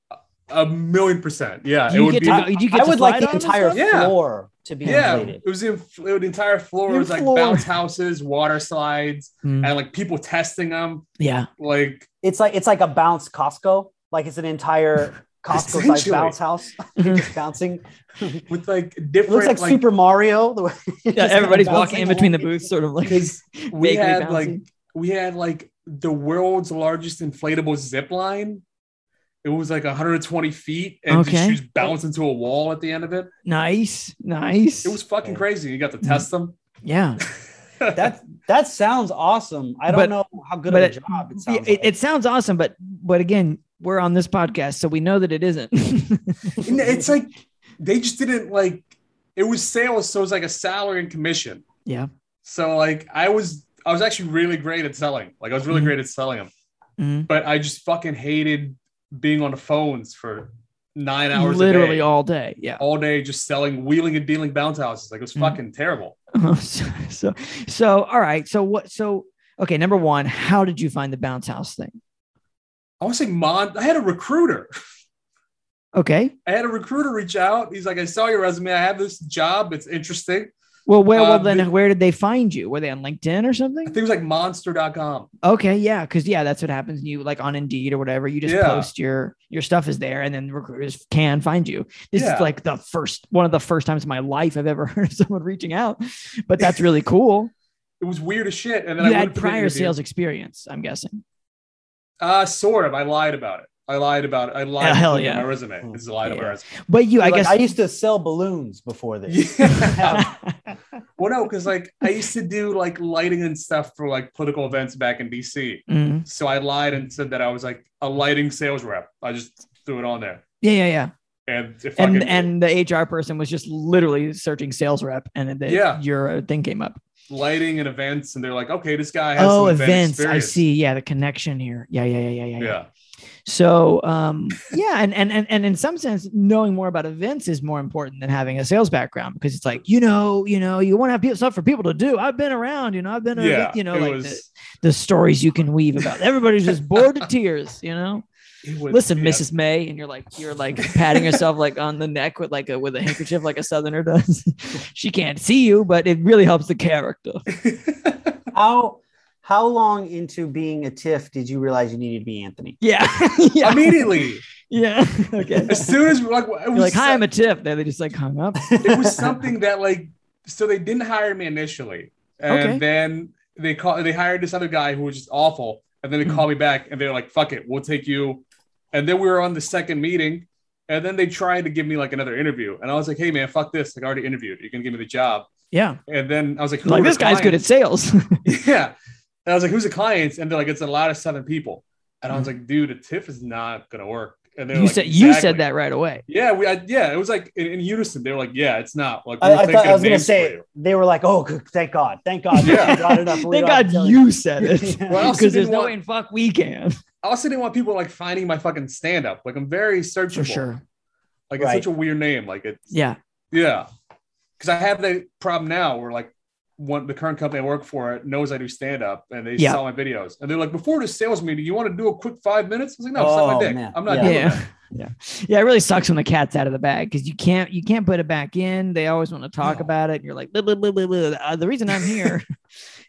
A million percent. Yeah. You it would get be. to I, go- you get I to would like slide the on and entire stuff? Yeah. floor to be yeah, inflated. it was in it, the entire floor Your was like floor. bounce houses, water slides, Mm, and like people testing them. yeah. Like It's like it's like a bounce Costco. Like it's an entire Costco sized Essentially. bounce house. [LAUGHS] You're just bouncing. with like It different looks like, [LAUGHS] like Super Mario. [LAUGHS] the way- just yeah like everybody's walking bouncing in between the along. booths, sort of like because we vaguely had bouncy. like we had like the world's largest inflatable zip line. It was like 120 feet, and just, Okay. she was bounced into a wall at the end of it. [LAUGHS] nice, nice. It was fucking crazy. You got to test them. yeah, That that sounds awesome. I But- don't know how good of but a it- job it Yeah, sounds. it, like. it sounds awesome, but but again, we're on this podcast, so we know that it isn't. [LAUGHS] [LAUGHS] And it's like they just didn't like. It was sales, so it was like a salary and commission. Yeah. So like I was, I was actually really great at selling. Like I was really Mhm. great at selling them, Mhm. but I just fucking hated being on the phones for nine hours. a day. Literally all day. Yeah. all day just selling wheeling and dealing bounce houses. Like it was Mhm. fucking terrible. [LAUGHS] so, so so all right. So what? So okay. Number one, how did you find the bounce house thing? I want to say Mon. I had a recruiter. [LAUGHS] Okay. I had a recruiter reach out. He's like, I saw your resume. I have this job. It's interesting. Well, where? well, Uh, then the- where did they find you? Were they on LinkedIn or I something? think it was like monster.com. Okay. Yeah. Because yeah, that's what happens. You like on Indeed or whatever. You just Yeah. post your your stuff is there, and then recruiters can find you. This Yeah. is like the first one of the first times in my life I've ever [LAUGHS] heard of someone reaching out, but that's really cool. It was weird as shit. [LAUGHS] And then you I went had for the prior interview. sales experience, I'm guessing. Uh, sort of. I lied about it. I lied about it. I lied. Yeah, hell about yeah. My resume. It's a lie to my Yeah. resume. But you, I Like, guess. I [LAUGHS] used to sell balloons before this. Yeah. [LAUGHS] well, no, because like I used to do like lighting and stuff for like political events back in DC. Mhm. So I lied and said that I was like a lighting sales rep. I just threw it on there. Yeah, yeah, yeah. And if I and could- and the HR person was just literally searching sales rep, and then the, Yeah. your uh, thing came up. lighting and events, and they're like, okay, this guy has Oh, some event events! I experience. see. Yeah, the connection here. Yeah, yeah, yeah, yeah, yeah. yeah. Yeah, So, um, yeah, and and and and in some sense, knowing more about events is more important than having a sales background because it's like you know, you know, you want to have people, stuff for people to do. I've been around, you know, I've been, to yeah. you know, it like the, was the stories you can weave about. Everybody's just bored to tears, you know. It was- Listen, yeah. Mrs. May, and you're like you're like patting yourself like on the neck with like a with a handkerchief like a southerner does. [LAUGHS] she can't see you, but it really helps the character. [LAUGHS] How how long into being a TIFF did you realize you needed to be Anthony? Yeah. [LAUGHS] yeah. Immediately, yeah. [LAUGHS] Okay. as soon as like, it You're was like, hi, so- I'm a tip. Then they just like hung up. it was something that like so they didn't hire me initially and Okay. then they call they hired this other guy who was just awful and then Mm-hmm. they called me back and they're like fuck it we'll take you and then we were on the second meeting and then they tried to give me like another interview and i was like hey man fuck this like i already interviewed you can give me the job Yeah. and then i was like, who Like are the this guy's good at [LAUGHS] clients? sales. [LAUGHS] yeah and i was like who's the clients and they're like it's a lot of seven people and i was like dude the tiff is not gonna work and they're Mm-hmm. you like, said you said "Exactly." that right away. yeah we I, yeah it was like in, in unison they were like yeah it's not like we I, were I thinking thought I of was gonna names for say you. they were like, oh, good, thank God, thank God, Yeah. they brought it up. We [LAUGHS] Thank don't have God to tell you said it. [LAUGHS] Well, I [LAUGHS] Because also there's didn't no want- way in fuck we can. I also didn't want people like finding my fucking stand up. Like I'm very searchable. For sure. Like Right. it's such a weird name. Like it's Yeah. yeah. Cause I have that problem now where like one the current company I work for knows I do stand up and they Yeah. saw my videos and they're like, before this sales meeting, you want to do a quick five minutes? I was like, no, suck Oh, my dick. man. I'm not Yeah. doing Yeah. that. Yeah. Yeah. It really sucks when the cat's out of the bag because you can't you can't put it back in. They always want to talk No. about it. And you're like, blah, blah, blah, blah, blah. Uh, the reason I'm [LAUGHS] here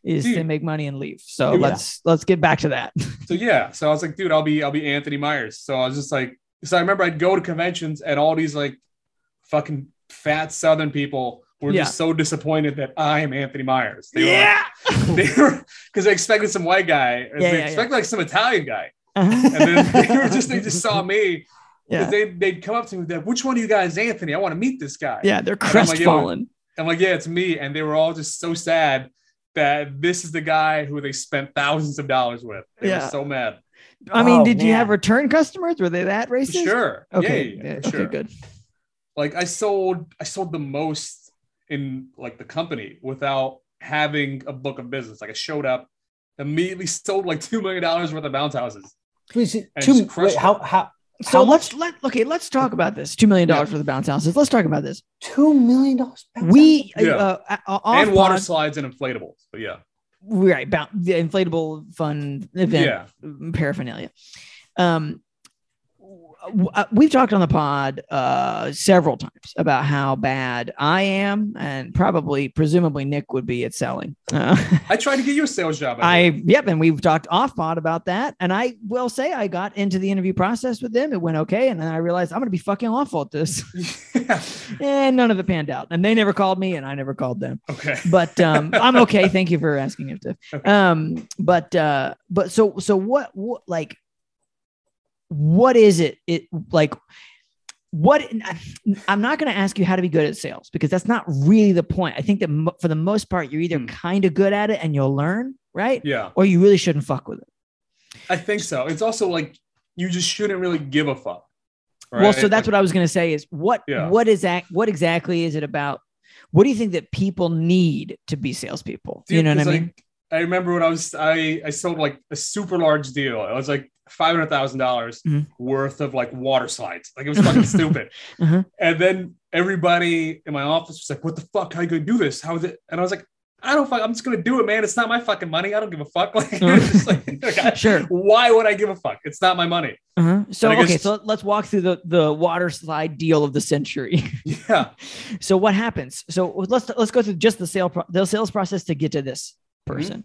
is to Dude. make money and leave. So Yeah. let's let's get back to that. So yeah. So I was like, dude, I'll be I'll be Anthony Myers. So I was just like, so I remember I'd go to conventions and all these like fucking fat southern people were Yeah. just so disappointed that I'm Anthony Myers. They were like, yeah. [LAUGHS] they were because they expected some white guy, or Yeah, they yeah, expected like some Italian guy, Uh-huh. and then [LAUGHS] they were just they just saw me [LAUGHS] Yeah. because they they'd come up to me that which one of you guys is Anthony? I want to meet this guy. Yeah. They're I'm like, yeah, well- crestfallen. I'm like, yeah, it's me, and they were all just so sad that this is the guy who they spent thousands of dollars with. They Yeah. were so mad. I mean, Oh, did you man. have return customers? Were they that For racist? sure. Okay. Okay. Yeah, yeah, yeah, for okay. sure. Good. Like I sold I sold the most in like the company without having a book of business. Like I showed up, immediately sold like [LAUGHS] two million dollars worth of bounce houses. Please, And two, just crush wait, it. how how So How let's let okay. Let's talk about this. Two million dollars for the bounce houses. Let's talk about this. two million dollars? We Yeah. uh, uh, uh, off and water pod- slides and inflatables. But yeah, right bound the inflatable fun event yeah, paraphernalia um w- w- uh, we've talked on the pod uh several times about how bad i am and probably presumably nick would be at selling uh, I tried to get you a sales job. think. [LAUGHS] i yep and we've talked off pod about that and i will say i got into the interview process with them it went okay and then i realized i'm gonna be fucking awful at this [LAUGHS] yeah. and none of it panned out and they never called me and i never called them [LAUGHS] okay. but [LAUGHS] um, I'm okay. Thank you for asking if to. Okay. Um, but uh, but so so what what like what is it? It like what I'm not going to ask you how to be good at sales because that's not really the point. I think that mo- for the most part, you're either Hmm. kind of good at it and you'll learn, right? Yeah, Or you really shouldn't fuck with it. I think so. It's also like you just shouldn't really give a fuck. Well, so that's what I was going to say is what Yeah. what is that? What exactly is it about? What do you think that people need to be salespeople? you know what I mean? I remember when I was I I sold like a super large deal. It was like five hundred thousand dollars Mhm. worth of like water slides. Like it was [LAUGHS] fucking stupid. Uh-huh. And then everybody in my office was like, "What the fuck? How you gonna do this? How is it?" And I was like, "I don't fuck. I'm just gonna do it, man. It's not my fucking money. I don't give a fuck." [LAUGHS] Like, it's just like, like, [LAUGHS] I- sure. why would I give a fuck? It's not my money. [LAUGHS] Uh-huh. So I okay, guess- so let's walk through the the water slide deal of the [LAUGHS] century. Yeah. so what happens? So let's let's go through just the sale pro- the sales process to get to this Mm-hmm. person.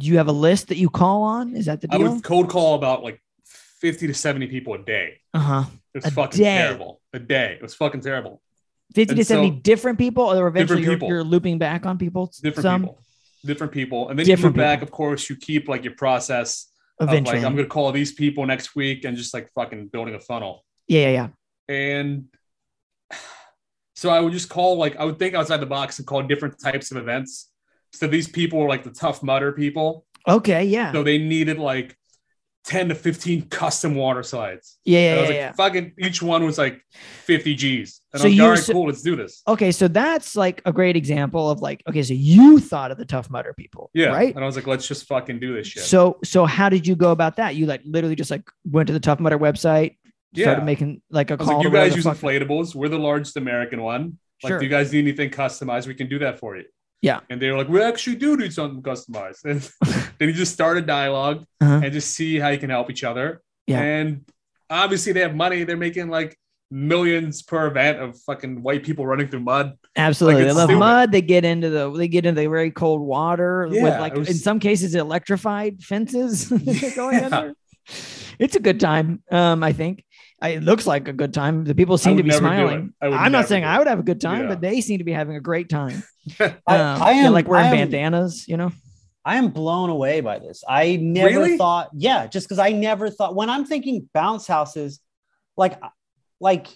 Do you have a list that you call on? Is that the I deal? would cold call about like 50 to 70 people a day. Uh huh. It was A fucking day. terrible. A day. It was fucking terrible. Fifty to And so- seventy different people, or eventually Different you're, people. you're looping back on people. Different some people. Different people. And then you Different move back, people. of course, you keep like your process eventually. of like, I'm going to call these people next week and just like fucking building a funnel. yeah, yeah, yeah. And [SIGHS] so I would just call like, I would think outside the box and call different types of events. So these people were like the tough mutter people. Okay, yeah, So they needed like 10 to 15 custom water slides. yeah, yeah, And I yeah. was like, yeah. fucking each one was like 50 G's. And So I'm like, you- all right, so- Oh, cool, let's do this. Okay, so that's like a great example of like, okay, so you thought of the tough mutter people, Yeah. right? And I was like, let's just fucking do this shit. So so how did you go about that? You like literally just like went to the Tough Mudder website, yeah. started making like a I was call. like, to you guys whatever use fuck- inflatables. We're the largest American one. Like, Sure. do you guys need anything customized? We can do that for you. Yeah. And they were like, we actually do do something customized. And [LAUGHS] then you just start a dialog Uh-huh. and just see how you can help each other. Yeah. And obviously they have money. They're making like millions per event of fucking white people running through mud. Absolutely, Like, they it's love stupid. mud. They get into the they get into the very cold water with Yeah, like it was- in some cases electrified fences [LAUGHS] going Yeah. under. It's a good time, um, I think. I, it looks like a good time. The people seem would to be never do it. smiling. I would I'm never not saying do I it. would have a good time, Yeah. but they seem to be having a great time. I- Um, I they're am- like wearing I am- bandanas, you know. I am blown away by this. I never Really? thought, yeah, just because I never thought when I'm thinking bounce houses, like, like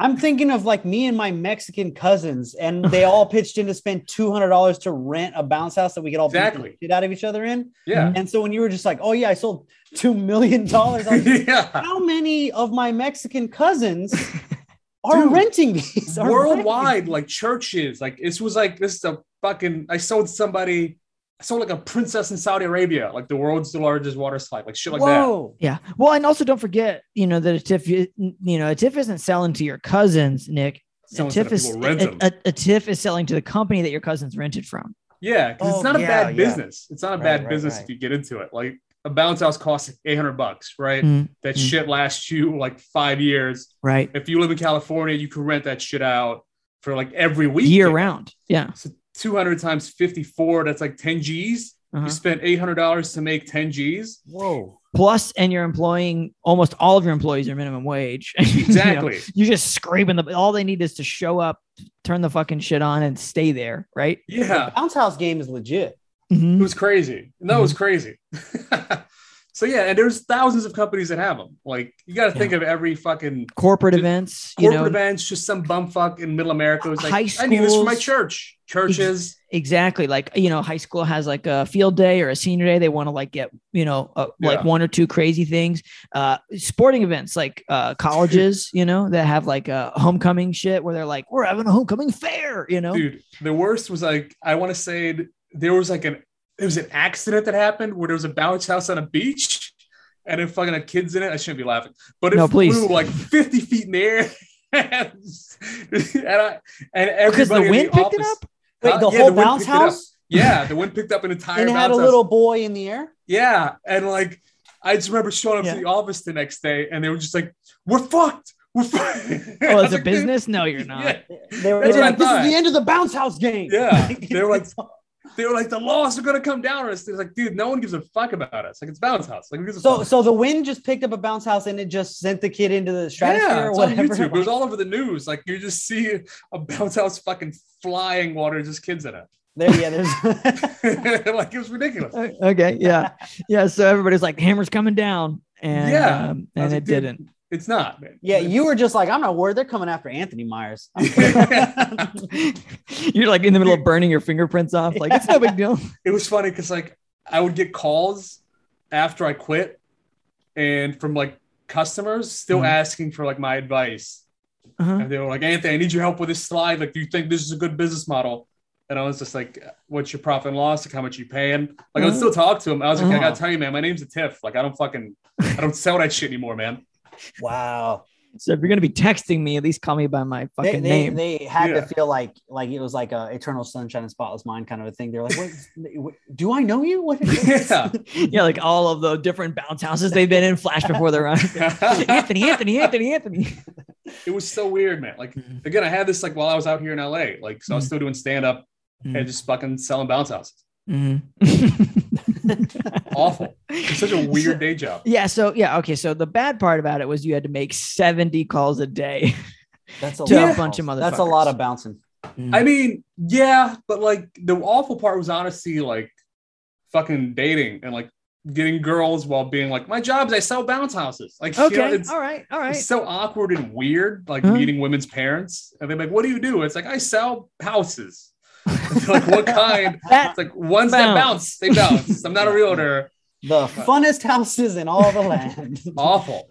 I'm thinking of like me and my Mexican cousins, and [LAUGHS] they all pitched in to spend two hundred dollars to rent a bounce house that we could all beat the Exactly. shit out of each other in. [LAUGHS] Yeah. [LAUGHS] And so when you were just like, oh yeah, I sold two million dollars, [LAUGHS] yeah. how many of my Mexican [LAUGHS] cousins are Dude, renting these? Are renting Worldwide, like churches. Like this was like this is a fucking I sold somebody I sold like a princess in Saudi Arabia, like the world's largest water slide, like shit like Whoa. Yeah. Well, and also don't forget, you know, that a TIFF, you know, a TIFF isn't selling to your cousins, Nick. that. A Someone said TIFF, that is, people rent a, them. a, a TIFF is selling to the company that your cousins rented from. Yeah, Oh, because it's not a yeah, bad yeah. business. It's not a Right, bad right, business right. if you get into it. Like a bounce house costs eight hundred bucks, right? Mm, That mm. shit lasts you like five years. Right. If you live in California, you can rent that shit out for like every week. Year round. Yeah. So two hundred times fifty four, that's like ten G's. Uh-huh. You spent eight hundred dollars to make [LAUGHS] ten G's. Whoa. Plus, and you're employing almost all of your employees are minimum wage. [LAUGHS] You know, Exactly. You're just scraping the. All they need is to show up, turn the fucking shit on, and stay there, right? Yeah, Bounce house game is legit. it Mhm. was crazy. No, Mm-hmm. it was crazy. [LAUGHS] so yeah, and there's thousands of companies that have them. Like you got to Yeah. think of every fucking Corporate Just events, you corporate know, events, just some bumfuck in middle America was like, High I need this for my schools. church. Churches. exactly. Like you know, high school has like a field day or a senior day. They want to like get you know uh, like Yeah. one or two crazy things. Uh, sporting events like uh, [LAUGHS] colleges, you know, that have like a homecoming shit where they're like, we're having a homecoming fair, you know. Dude, the worst was like, I want to say th- there was like an there was an accident that happened where there was a bounce house on a beach and it fucking had kids in it. I shouldn't be laughing, but it No, please. flew like 50 feet in the air. [LAUGHS] and, I, and Because Oh, the everybody in wind picked it office- up? Wait, Huh? the Uh, Yeah, whole the wind bounce picked it up. house Yeah, the wind picked up an entire and had bounce a house. little boy in the air. Yeah, and like I just remember showing up Yeah. to the office the next day, and they were just like, "We're fucked. We're fucked." [LAUGHS] I Oh, was as a like, "Dude, business? No, [LAUGHS] you're not. Yeah, They were, That's they were what I like, "This thought. is the end of the bounce house game." [LAUGHS] Yeah. They were like, they were like, "The laws are gonna come down on us." It's like, dude, no one gives a fuck about us. Like it's bounce house. Like who gives a "So, fuck? so the wind just picked up a bounce house and it just sent the kid into the stratosphere Yeah, or it's on whatever." YouTube. It was all over the news. Like you just see a bounce house fucking flying water, just kids in [LAUGHS] there, yeah, there's. it. [LAUGHS] like it was ridiculous. Uh, okay [LAUGHS] yeah yeah so everybody's like the hammer's coming down and Yeah. um, I and was like, it dude. didn't It's not, man. [LAUGHS] yeah, you [LAUGHS] were just like, "I'm not worried. They're coming after Anthony Myers." [LAUGHS] you're like in the middle of burning your fingerprints off [LAUGHS] like it's no big deal it was funny because like I would get calls after I quit and from like customers still Mhm. asking for like my advice. uh-huh. And they were like, Anthony, I need your help with this slide. Like, do you think this is a good business model? And I was just like, what's your profit and loss? Like, how much you paying? Like, I would still talk to him. I was like, I gotta tell you, man, my name's a tiff. Like, I don't fucking, I don't sell that shit anymore, man. [LAUGHS] wow, so if you're gonna be texting me at least call me by my they, fucking they- name they had Yeah. to feel like like it was like a Eternal Sunshine and Spotless Mind kind of a thing. They're like, "What? what- [LAUGHS] do I know you? What?" Yeah. yeah like all of the different bounce houses they've been in flash before their [LAUGHS] eyes anthony anthony anthony anthony it was so weird, man. Like, Mhm. again, I had this like while I was out here in LA. Like, so I was Mhm. still doing stand up Mhm. and just fucking selling bounce houses. Mhm. Awful. Mm-hmm. It's such a weird day job. [LAUGHS] yeah so yeah okay so the bad part about it was you had to make 70 calls a day That's a To a lot bunch of That's a motherfuckers. lot of bouncing. I mean, yeah, but like the awful part was honestly like fucking dating and like getting girls while being like, my job is I sell bounce houses. Like, you know, okay it's, all right Uh-huh. all it's right so awkward and weird, like Huh? meeting women's parents. And they're like, what do you do? It's like, I sell houses. [LAUGHS] It's like, what kind? [LAUGHS] that It's like, ones that bounce, they bounce. I'm not [LAUGHS] a realtor. The funnest houses in all [LAUGHS] the land. [LAUGHS] Awful.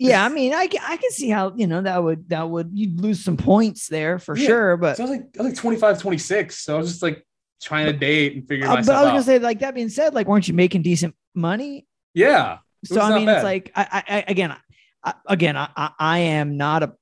yeah i mean I, ca- I can see how you know that would that would you'd lose some points there for Yeah. sure but So I was like, I was like 25, 26. So I was just like trying to date and figure uh, myself but i was out. gonna say like that being said like weren't you making decent money yeah. [LAUGHS] so was i not mean it's bad. like I, I, I again I, again I, I- I am not a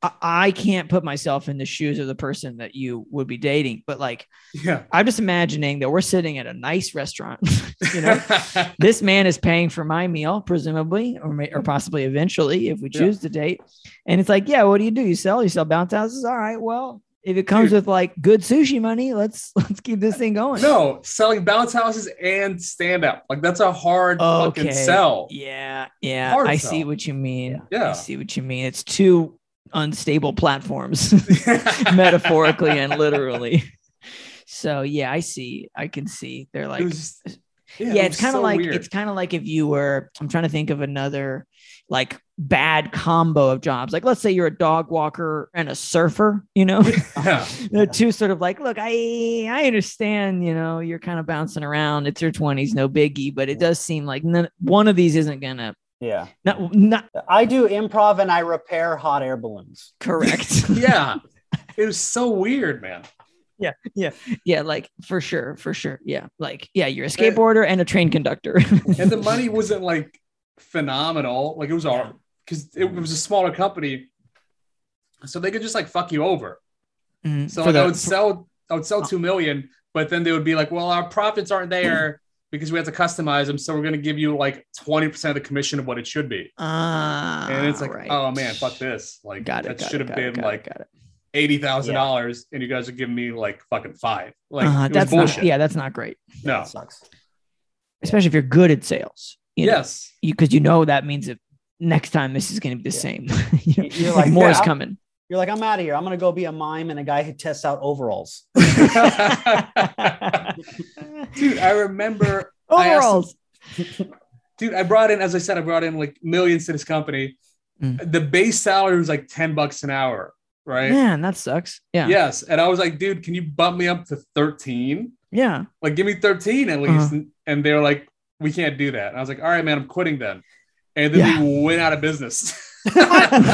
I, I can't put myself in the shoes of the person that you would be dating, but like Yeah. I'm just imagining that we're sitting at a nice restaurant. [LAUGHS] you know, [LAUGHS] this man is paying for my meal, presumably, or may, or possibly eventually if we Yeah. choose to date. And it's like, yeah, what do you do? You sell? You sell bounce houses? All right. Well, if it comes Dude. with like good sushi money, let's [LAUGHS] let's keep this thing going. no, selling bounce houses and stand up. Like that's a hard Okay. fucking sell. Yeah, yeah. Hard I sell. see what you mean. I Yeah. see what you mean. It's two unstable platforms, [LAUGHS] [LAUGHS] metaphorically and literally. So yeah, I see. I can see. They're like It was just- yeah, it it's was kind of so like weird. it's kind of like if you were i'm trying to think of another like bad combo of jobs like let's say you're a dog walker and a surfer you know [LAUGHS] yeah. [LAUGHS] the two sort of like look i i understand you know you're kind of bouncing around it's your 20s no biggie but it does seem like none, one of these isn't gonna Yeah. not [LAUGHS] not I do improv and I repair hot air balloons. correct yeah. It was so weird, man. yeah like for sure for sure yeah like yeah you're a Uh, skateboarder and a train conductor [LAUGHS] And the money wasn't like phenomenal. Like it was all because it was a smaller company. So they could just like fuck you over. Mm, So for like, I the- would sell I would sell two million, but then they would be like, Well, our profits aren't there because we have to customize them. So we're gonna give you like 20% of the commission of what it should be. Ah, And it's like, right. oh man, fuck this. Like got it that got should it, have got it, been got it, like got it. eighty thousand dollars and you guys are giving me like fucking five. Like Uh-huh, it was that's bullshit. not yeah that's not great No. That sucks. especially if you're good at sales you know, Yes. you because you know that means that next time this is going to be the Yeah. same [LAUGHS] you know, You're like, [LAUGHS] more is yeah. coming You're like, I'm out of here. I'm gonna go be a mime and a guy who tests out [LAUGHS] overalls. [LAUGHS] dude, I remember I asked- overalls dude, I brought in, as I said, I brought in like millions to this company. Mm. The base salary was like 10 bucks an hour, right? man that sucks yeah yeah, Yes. And I was like, dude, can you bump me up to 13? Like, give me 13 at least. Uh-huh. And, and they were like, we can't do that. And I was like, all right, man, I'm quitting then. And then they went out of [LAUGHS] business [LAUGHS] in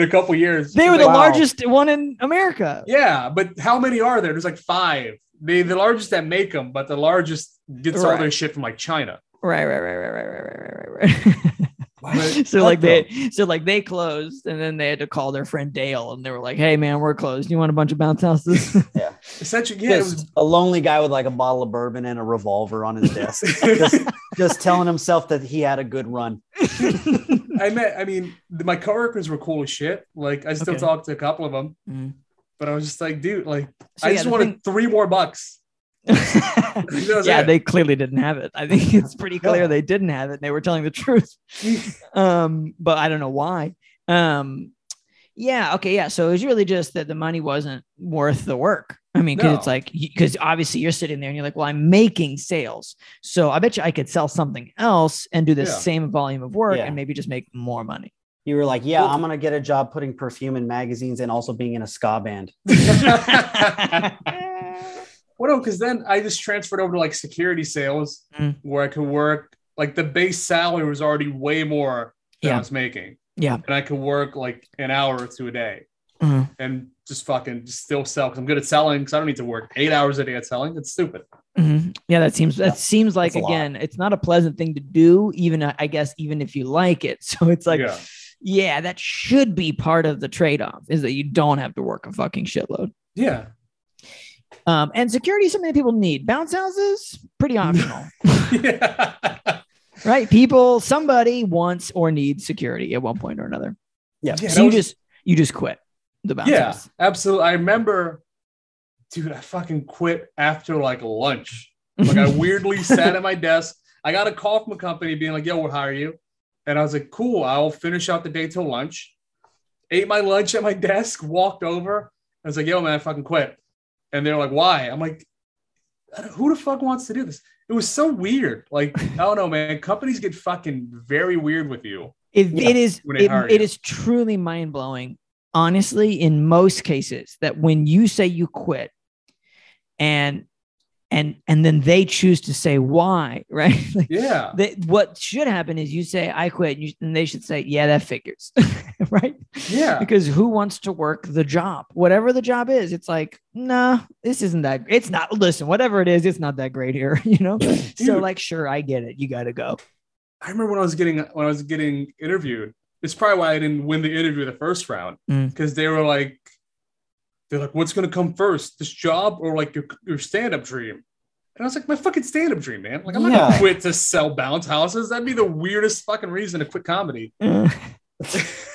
a couple years. they were the Wow. largest one in america Yeah, but how many are there? There's like five. They the largest that make them, but the largest gets all their Right. shit from like China. right right right right right right right right right [LAUGHS] right so like they so like they closed and then they had to call their friend dale and they were like hey man we're closed you want a bunch of bounce [LAUGHS] houses [LAUGHS] Essentially, yeah, it was just a lonely guy with like a bottle of bourbon and a revolver on his desk, just, [LAUGHS] just telling himself that he had a good run. I met, I mean, th- my coworkers were cool as shit. Like, I still Okay. talked to a couple of them, Mm. but I was just like, dude, like, So, I yeah, just the wanted thing- three more bucks. [LAUGHS] [LAUGHS] That was yeah, it. they clearly didn't have it. I [LAUGHS] think it's pretty clear they didn't have it. And they were telling the truth. um, but I don't know why. Um, yeah, okay, yeah. So it was really just that the money wasn't worth the work. I mean, because it's No. like because obviously you're sitting there and you're like, well, I'm making sales, so I bet you I could sell something else and do the Yeah. same volume of work Yeah. and maybe just make more money. You were like, yeah, I'm gonna get a job putting perfume in magazines and also being in a ska band. [LAUGHS] well, no, because then I just transferred over to like security sales Mm. where I could work. Like, the base salary was already way more than Yeah. I was making. Yeah. And I could work like an hour or two a day Mhm. and just fucking just still sell because I'm good at selling because I don't need to work eight hours a day at selling. It's stupid. Mhm. Yeah, that seems that Yeah, seems like that's a lot. again, it's not a pleasant thing to do. Even uh, I guess even if you like it, [LAUGHS] so it's like yeah. yeah, that should be part of the trade off is that you don't have to work a fucking shitload. Yeah. [LAUGHS] Um, and security is something that people need. Bounce houses, [LAUGHS] pretty optional, yeah. right? People, somebody wants or needs security at one point or another. Yeah. Yeah. so that you was- just you just quit the bounce Yeah, house. absolutely. I remember, dude, I fucking quit after like lunch. [LAUGHS] Like I weirdly sat at my desk. I got a call from a company being like, yo, we'll hire you. And I was like, cool, I'll finish out the day till lunch. Ate my lunch at my [LAUGHS] desk, walked over. I was like, yo, man, I fucking quit. And they're like, why? I'm like, I don't- who the fuck wants to do this? It was so weird. Like, I don't know, man. Companies get fucking very weird with you. It, Yeah, it is when they it, hire it you. is truly mind blowing. Honestly, in most cases, that when you say you quit, and and and then they choose to say why, [LAUGHS] right? Like, Yeah. they, what should happen is you say I quit, and, you, and they should say, "Yeah, that figures," [LAUGHS] right? Yeah. Because who wants to work the job, whatever the job is? It's like, nah, this isn't that. It's not. Listen, whatever it is, it's not that great here, [LAUGHS] you know. so Dude. like, sure, I get it. You got to go. I remember when I was getting when I was getting interviewed, It's probably why I didn't win the interview the first round Mm. because they were like, they're like, what's gonna come first, this job or like your your stand up dream? And I was like, my fucking stand up dream, man. Like I'm not Yeah. gonna quit to sell bounce houses. That'd be the weirdest fucking reason to quit comedy. Mm.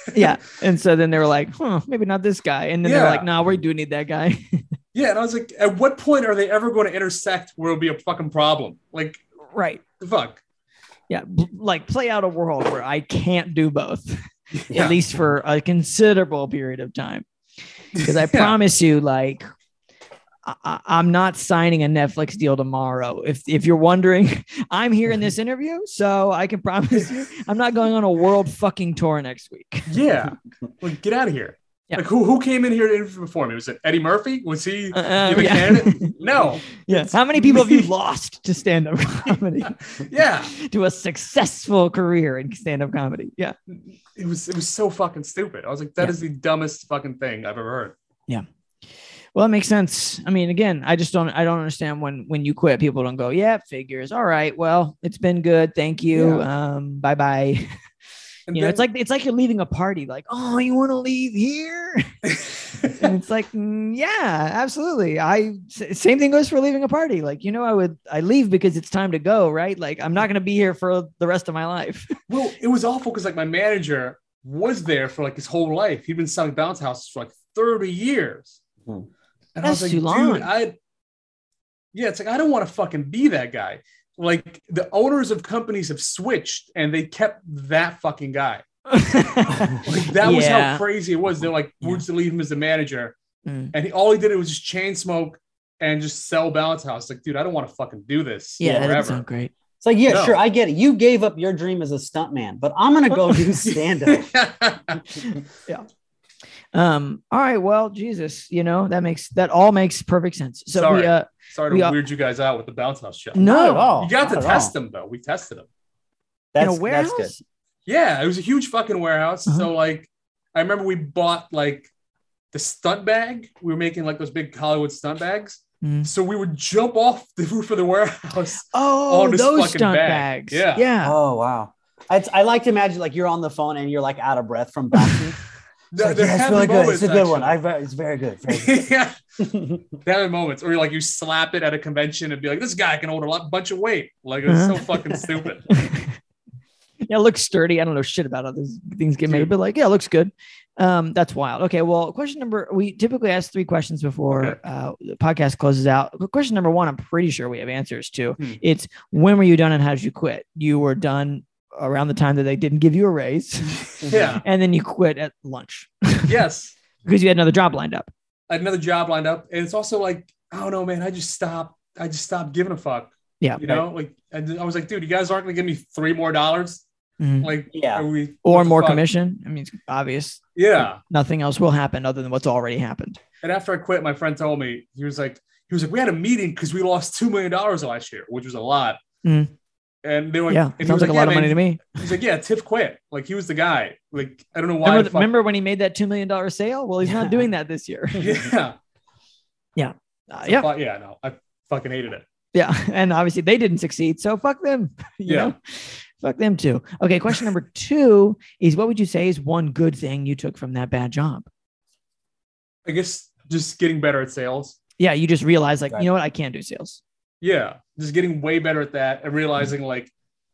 [LAUGHS] yeah. And so then they were like, huh, maybe not this guy. And then they're Yeah. like, nah, we do need that guy. [LAUGHS] Yeah, and I was like, at what point are they ever going to intersect where it'll be a fucking problem? Like, right. the fuck. Yeah. B- like play out a world where I can't do both, [LAUGHS] Yeah. at least for a considerable period of time. Because I [LAUGHS] Yeah. promise you, like, I- I- I'm not signing a Netflix deal tomorrow. If if you're wondering, [LAUGHS] I'm here in [LAUGHS] this interview, so I can promise you, I'm not going on a world fucking tour next week. Yeah. [LAUGHS] Like, get out of here. Yeah. Like, who, who came in here to interview before me? Was it Eddie Murphy? Was he Uh, even a yeah. candidate? [LAUGHS] No. Yeah. How many people have you lost to stand up [LAUGHS] comedy? Yeah. [LAUGHS] to a successful career in stand-up comedy. Yeah. It was it was so fucking stupid. I was like, that Yeah. is the dumbest fucking thing I've ever heard. Well, that makes sense. I mean, again, I just don't I don't understand when when you quit, people don't go, yeah, figures. All right. Well, it's been good. Thank you. Um, bye bye. [LAUGHS] And You know, it's like it's like you're leaving a party, like, oh, you want to leave [LAUGHS] here? and it's like, mm, yeah, absolutely. I s- same thing goes for leaving a party. Like, you know, I would I leave because it's time to go, right? Like, I'm not gonna be here for the rest of my [LAUGHS] life. [LAUGHS] Well, it was awful because like my manager was there for like his whole life. He'd been selling bounce houses for like 30 years. Hmm. And That's too long. dude, I yeah, it's like I don't want to fucking be that guy. Like the owners of companies have switched and they kept that fucking guy. [LAUGHS] Like that was Yeah. how crazy it was. They're like, Yeah. we're just gonna leave him as the manager. Mm. And he, all he did was just chain smoke and just sell bounce house. Like, dude, I don't want to fucking do this yeah, that doesn't [LAUGHS] forever. sound great. It's like, yeah, No. sure, I get it. You gave up your dream as a stuntman, but I'm gonna go [LAUGHS] do stand up. Um, all right, well, Jesus, you know, that makes that all makes perfect sense. So we Sorry. uh Sorry We to are- weird you guys out with the bounce house shit. no at all. You got to Not at test all. them though. We tested them. in a That's, that's good. warehouse. Yeah, it was a huge fucking warehouse. Uh-huh. So like, I remember we bought like the stunt bag. We were making like those big Hollywood stunt bags. Mm. So we would jump off the roof of the warehouse. Oh, On his those fucking stunt bag. bags. Yeah. Yeah. Oh wow. It's, I like to imagine like you're on the phone and you're like out of breath [LAUGHS] from boxing. It's There- like, there yeah, it's have been really good. It's a good moments, one. I, actually. ve- it's very good. Very [LAUGHS] yeah, good. [LAUGHS] there have been moments, or like you slap it at a convention and be like, "This guy can hold a lot, bunch of weight." Like it's Uh-huh. so [LAUGHS] fucking stupid. yeah, it looks sturdy. I don't know shit about how these things get made, Dude. but like, yeah, it looks good. Um, that's wild. Okay, well, question number we typically ask three questions before Okay. uh the podcast closes out. But question number one, I'm pretty sure we have answers to. Hmm. It's when were you done and how did you quit? You were done around the time that they didn't give you a raise, [LAUGHS] [LAUGHS] Yeah. and then you quit at lunch. yes, because you had another job lined up. I had another job lined up, and it's also like, I don't know, man. I just stopped. I just stopped giving a fuck. Yeah. you know, like and I was like, dude, you guys aren't gonna give me three more dollars. Mm-hmm. Like, yeah. are we Or what the more fuck? commission. I mean, it's obvious. Yeah. Nothing else will happen other than what's already happened. And after I quit, my friend told me he was like, he was like, we had a meeting because we lost two million dollars last year, which was a lot. Mm. And they were, yeah. and he sounds was like, a lot "Yeah, of money man." to me. He's like, yeah, Tiff quit. Like he was the guy. Like I don't know why. Remember, the th- fuck- remember when he made that $2 million sale? Well, he's Yeah. not doing that this year. [LAUGHS] Yeah. Uh, yeah. But yeah. No, I fucking hated it. Yeah. [LAUGHS] And obviously they didn't succeed. So fuck them. [LAUGHS] you Yeah. know? Fuck them too. Okay. Question number two is what would you say is one good thing you took from that bad job? I guess just getting better at sales. Yeah. You just realize, like, Right. you know what? I can't do sales. Yeah, just getting way better at that and realizing like,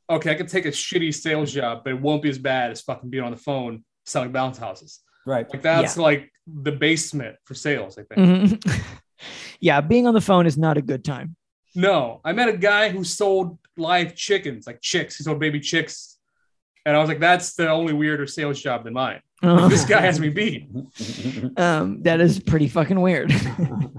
okay, I could take a shitty sales job, but it won't be as bad as fucking being on the phone selling bounce houses. Right. Like that's like the basement for sales. I think. Mhm. [LAUGHS] yeah. Being on the phone is not a good [LAUGHS] time. No, I met a guy who sold live chickens, like chicks. He sold baby chicks. And I was like, that's the only weirder sales job than mine. Like, this guy has me beat. Um, that is pretty fucking weird. [LAUGHS]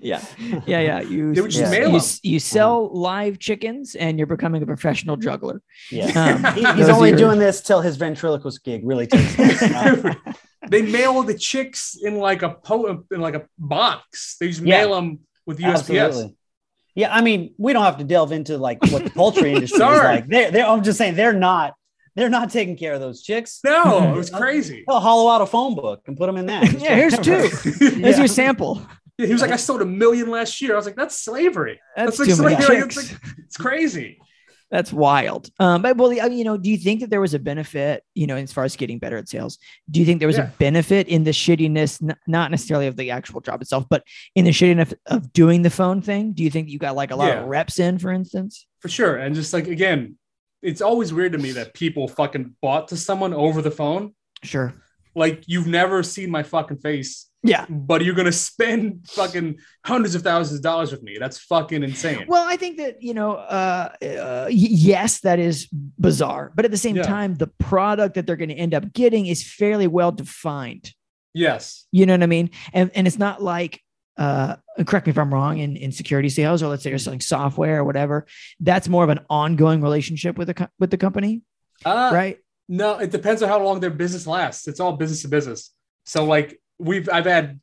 yeah, yeah, [LAUGHS] yeah. You They would just you, mail you, 'em. you sell live chickens, and you're becoming a professional juggler. [LAUGHS] [LAUGHS] yeah. Um, He- Those he's only are- doing this till his ventriloquist gig really takes off. [LAUGHS] Dude, they mail the chicks in like a po- in like a box. They just mail them with USPS. Absolutely. Yeah, I mean, we don't have to delve into like what the [LAUGHS] poultry industry is Sorry. like. They're, they're, I'm just saying they're not they're not taking care of those chicks. [LAUGHS] No, it was crazy. Oh. They'll hollow out a phone book and put them in [LAUGHS] that. Um, yeah, here's [LAUGHS] two. Yeah, Here's your sample. He was like, I sold a million last year. I was like, that's slavery. That's, That's too like many somebody- chicks. It's crazy. That's wild. Um, but well, I mean, you know, do you think that there was a benefit, you know, as far as getting better at sales? Do you think there was Yeah. a benefit in the shittiness, n- not necessarily of the actual job itself, but in the shittiness of doing the phone thing? Do you think you got like a lot Yeah. of reps in, for instance? for sure. And just like again, it's always weird to me that people fucking bought to someone over the phone. Sure. Like you've never seen my fucking face, Yeah. but you're gonna spend fucking hundreds of thousands of dollars with me. That's fucking insane. Well, I think that, you know, uh, uh, y- yes, that is bizarre. But at the same Yeah. time, the product that they're going to end up getting is fairly well defined. Yes. You know what I mean? And and it's not like uh correct me if I'm wrong in, in security sales or let's say you're selling software or whatever. That's more of an ongoing relationship with the co- with the company, Uh, right? No, it depends on how long their business lasts. It's all business to business. So like we've I've had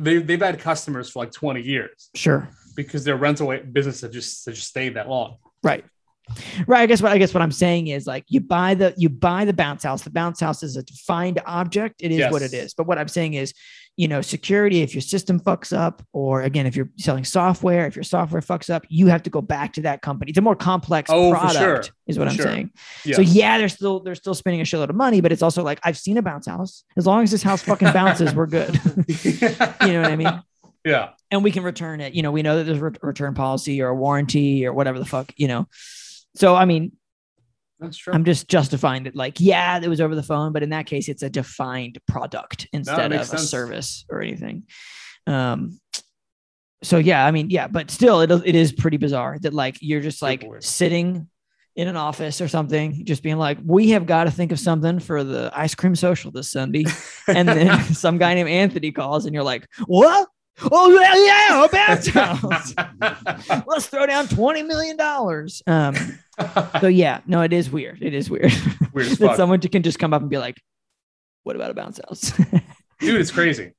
they they've had customers for like 20 years Sure. because their rental business has just has just stayed that long. Right. Right. I guess what I guess what I'm saying is like you buy the you buy the bounce house. The bounce house is a defined object. It is what it Yes. is. But what I'm saying is, you know, security, if your system fucks up, or again, if you're selling software, if your software fucks up, you have to go back to that company. It's a more complex Oh, for product, sure. is what For I'm sure. saying. Yeah. So yeah, they're still they're still spending a shitload of money, but it's also like I've seen a bounce house. As long as this house fucking bounces, we're good. [LAUGHS] [LAUGHS] you know what I mean? yeah. And we can return it. You know, we know that there's a return policy or a warranty or whatever the fuck. You know, so I mean, That's true. [LAUGHS] I'm just justifying that. Like, yeah, it was over the phone, but in that case, it's a defined product instead of makes a sense. service or anything. Um. So yeah, I mean, yeah, but still, it it is pretty bizarre that like you're just Super like weird. sitting in an office or something, just being like, we have got to think of something for the ice cream social this Sunday. And [LAUGHS] then [LAUGHS] some guy named Anthony calls and you're like, what? Oh, yeah, yeah, about [LAUGHS] house. Let's throw down $20 million. Um, so yeah, no, it is weird. It is weird Weird [LAUGHS] as that fuck. someone can just come up and be like, what about a bounce house? [LAUGHS] Dude, it's crazy.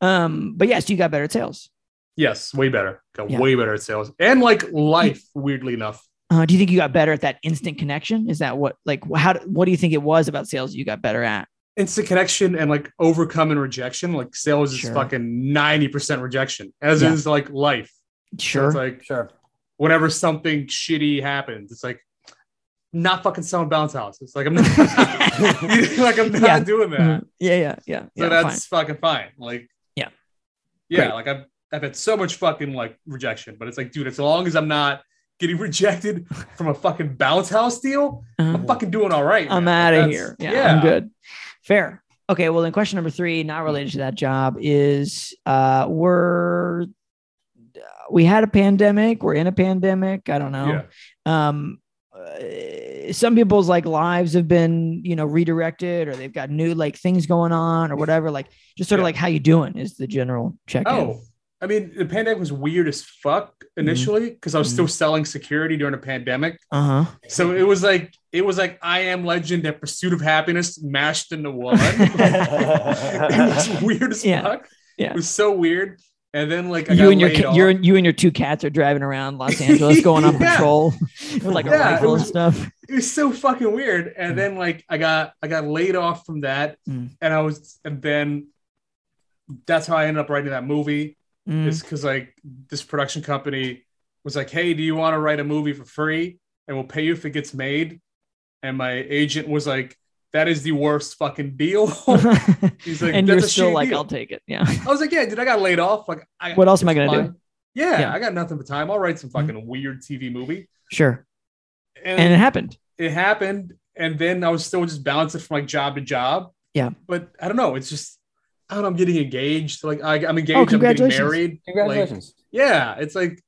um, but yes, you got better at sales. Yes, way better. Got Yeah. way better at sales. And like life, weirdly enough. Uh, do you think you got better at that instant connection? Is that what, like, how, do- what do you think it was about sales you got better at? Instant connection and like overcoming rejection. Like sales is Sure. fucking 90% rejection, as Yeah. is like life. So Sure. it's like Sure. whenever something shitty happens, it's like not fucking selling bounce house. It's like I'm [LAUGHS] not [LAUGHS] like I'm not Yeah. doing that. Mhm. yeah, yeah, yeah. So yeah, fine. that's fucking fine. Like Yeah. Yeah, Great. like I've I've had so much fucking like rejection, but it's like, dude, as long as I'm not getting [LAUGHS] rejected from a fucking bounce house deal, Uh-huh. I'm fucking doing all right. I'm man. out Like, of that's- here. Yeah, I'm good. Fair. Okay. Well, then question number three, not related to that job, is uh, we're we had a pandemic. We're in a pandemic. I don't know. Um, uh, some people's like lives have been you know redirected, or they've got new like things going on, or whatever. Like just sort of Yeah. like how you doing is the general check in. Oh, I mean, the pandemic was weird as fuck Mm-hmm. initially because I was still selling security during a pandemic. Uh huh. So it was like it was like I am legend and pursuit of happiness mashed [LAUGHS] into one. [LAUGHS] it was weird as Yeah. fuck. Yeah. It was so weird. And then like I You got and your laid ca- off. you and- you and your two cats are driving around [LAUGHS] Los Angeles, going on Yeah. patrol [LAUGHS] with like a Yeah, it rifle was- and stuff. it was so fucking weird. And Mm. then like I got I got laid off from that, Mm. and I was and then that's how I ended up writing that movie. Mm. [LAUGHS] Is because like this production company was like, hey, do you want to write a movie for free, and we'll pay you if it gets made. And my agent was like, that is the worst fucking deal. [LAUGHS] He's [LAUGHS] like, and that's you're a still shitty like, deal. I'll take it. Yeah. I was like, yeah, dude, I got laid off. Like, I, What else am I it's gonna fine. Yeah, Yeah. I got nothing but time. I'll write some fucking weird TV movie. Sure. And, And it happened. it happened, and then I was still just bouncing from like job to job. Yeah. but I don't know. It's just I don't know. I'm getting engaged. Like I, I'm engaged. I'm Oh, congratulations. getting married. Like, Congratulations. yeah, it's like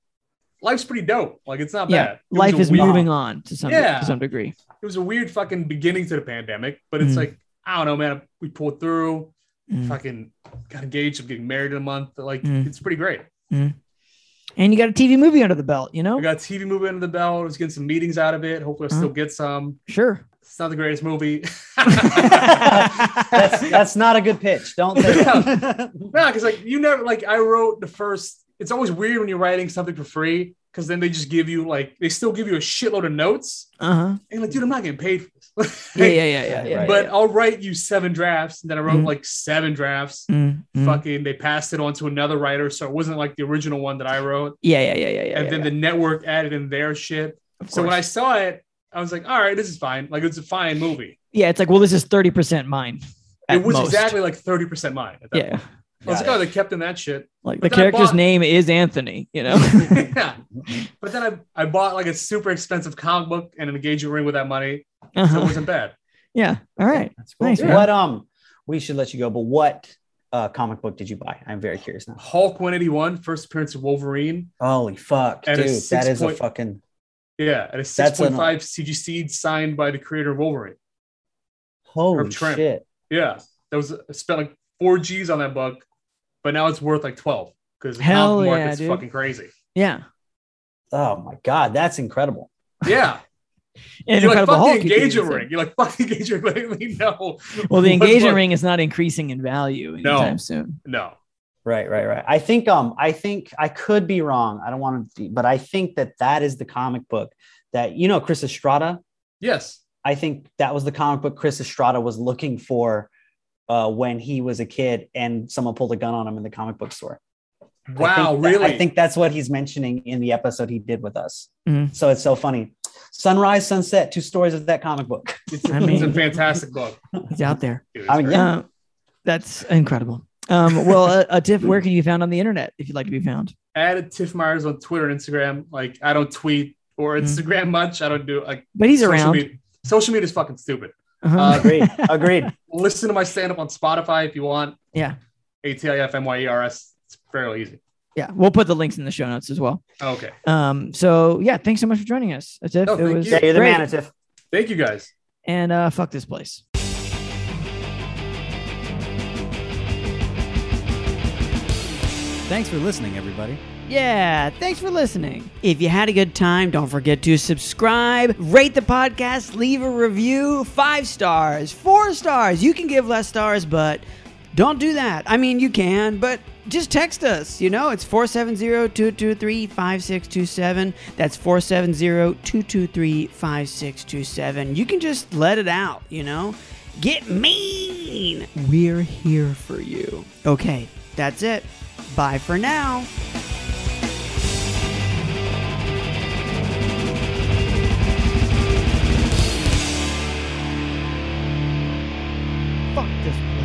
life's pretty dope. Like it's not Yeah. bad. It was Life a is weird- moving on to some Yeah. to some degree. It was a weird fucking beginning to the pandemic, but it's Mm. like I don't know, man. We pulled through. Mm. Fucking got engaged. I'm getting married in a month. Like Mm. it's pretty great. And you got a TV movie under the belt, you know? I got a TV movie under the belt. I was getting some meetings out of it. Hopefully, I Uh-huh. still get some. sure. It's not the greatest movie. [LAUGHS] [LAUGHS] That's that's not a good pitch. Don't [LAUGHS] say that. No, because like you never like I wrote the first. It's always weird when you're writing something for free because then they just give you like they still give you a shitload of notes Uh-huh. and you're like dude I'm not getting paid for this. [LAUGHS] Yeah, yeah, yeah, yeah. yeah, Right. but yeah. I'll write you seven drafts and then I wrote Mhm. like seven drafts. Mm, mm. Fucking they passed it on to another writer so it wasn't like the original one that I wrote Yeah, yeah, yeah, yeah, yeah. and yeah, then yeah. the network added in their shit Of So when I course. saw it, I was like, all right, this is fine. Like it's a fine movie. Yeah, it's like, well, this is 30% mine. It At was most. exactly like 30% mine. At that point. Yeah. I was Got like, oh, they kept in that shit. Like But the then I character's bought- name is Anthony, you [LAUGHS] know? [LAUGHS] yeah. But then I, I bought like a super expensive comic book and an engagement ring with that money. So [LAUGHS] it Uh-huh. wasn't bad. Yeah. All right. That's cool. Nice, man. what um we should let you go, but what uh comic book did you buy? I'm very curious now. Hulk 181, first appearance of Wolverine. Holy fuck, At a dude. six That is a point- fucking Yeah. At a That's an- 6.5 CGC signed by the creator of Wolverine. holy Trim. shit. Yeah. That was I spent like four G's on that book, but now it's worth like 12 because the Hell comic yeah, market's dude. fucking crazy. Yeah. Oh my god, that's incredible. Yeah. [LAUGHS] And You're like, Incredible fuck Hulk, the you could do engagement the same. ring. You're like, fuck the engagement ring. [LAUGHS] Like, no. Well, [LAUGHS] the What- engagement what- ring is not increasing in value No. anytime soon. No. Right, right, right. I think um I think I could be wrong. I don't want to be, but I think that that is the comic book that you know Chris Estrada. Yes. I think that was the comic book Chris Estrada was looking for uh when he was a kid and someone pulled a gun on him in the comic book store. I Wow. think that- really? I think that's what he's mentioning in the episode he did with us. Mm-hmm. Mhm. So it's so funny. Sunrise, sunset, two stories of that comic book. it's, I it's a mean- fantastic book. He's out there. Dude, I mean, It's yeah. Uh, that's incredible. Um, well, uh, uh, Tiff, where can you be found on the internet if you'd like to be found? added Tiff Myers on Twitter and Instagram. Like I don't tweet or Mhm. Instagram much. I don't do like But he's social around. Media. Social media is fucking stupid. Uh-huh. uh, Agreed. [LAUGHS] Agreed. Listen to my stand up on Spotify if you want. Yeah. A-T-I-F-M-Y-E-R-S. E It's fairly easy. yeah. We'll put the links in the show notes as well. Okay. Um, so yeah, thanks so much for joining us. Tiff. No, it thank was you. Yeah, you're the great. man, Tiff. Thank you guys. And uh, fuck this place. Thanks for listening, everybody. Yeah. Thanks for listening. If you had a good time, don't forget to subscribe, rate the podcast, leave a review, five stars, four stars. You can give less stars, but don't do that. I mean, you can, but just text us. You know, it's 470 223 5627. That's 470 223 5627. You can just let it out, you know? Get mean. We're here for you. Okay, that's it. Bye for now. Fuck this place.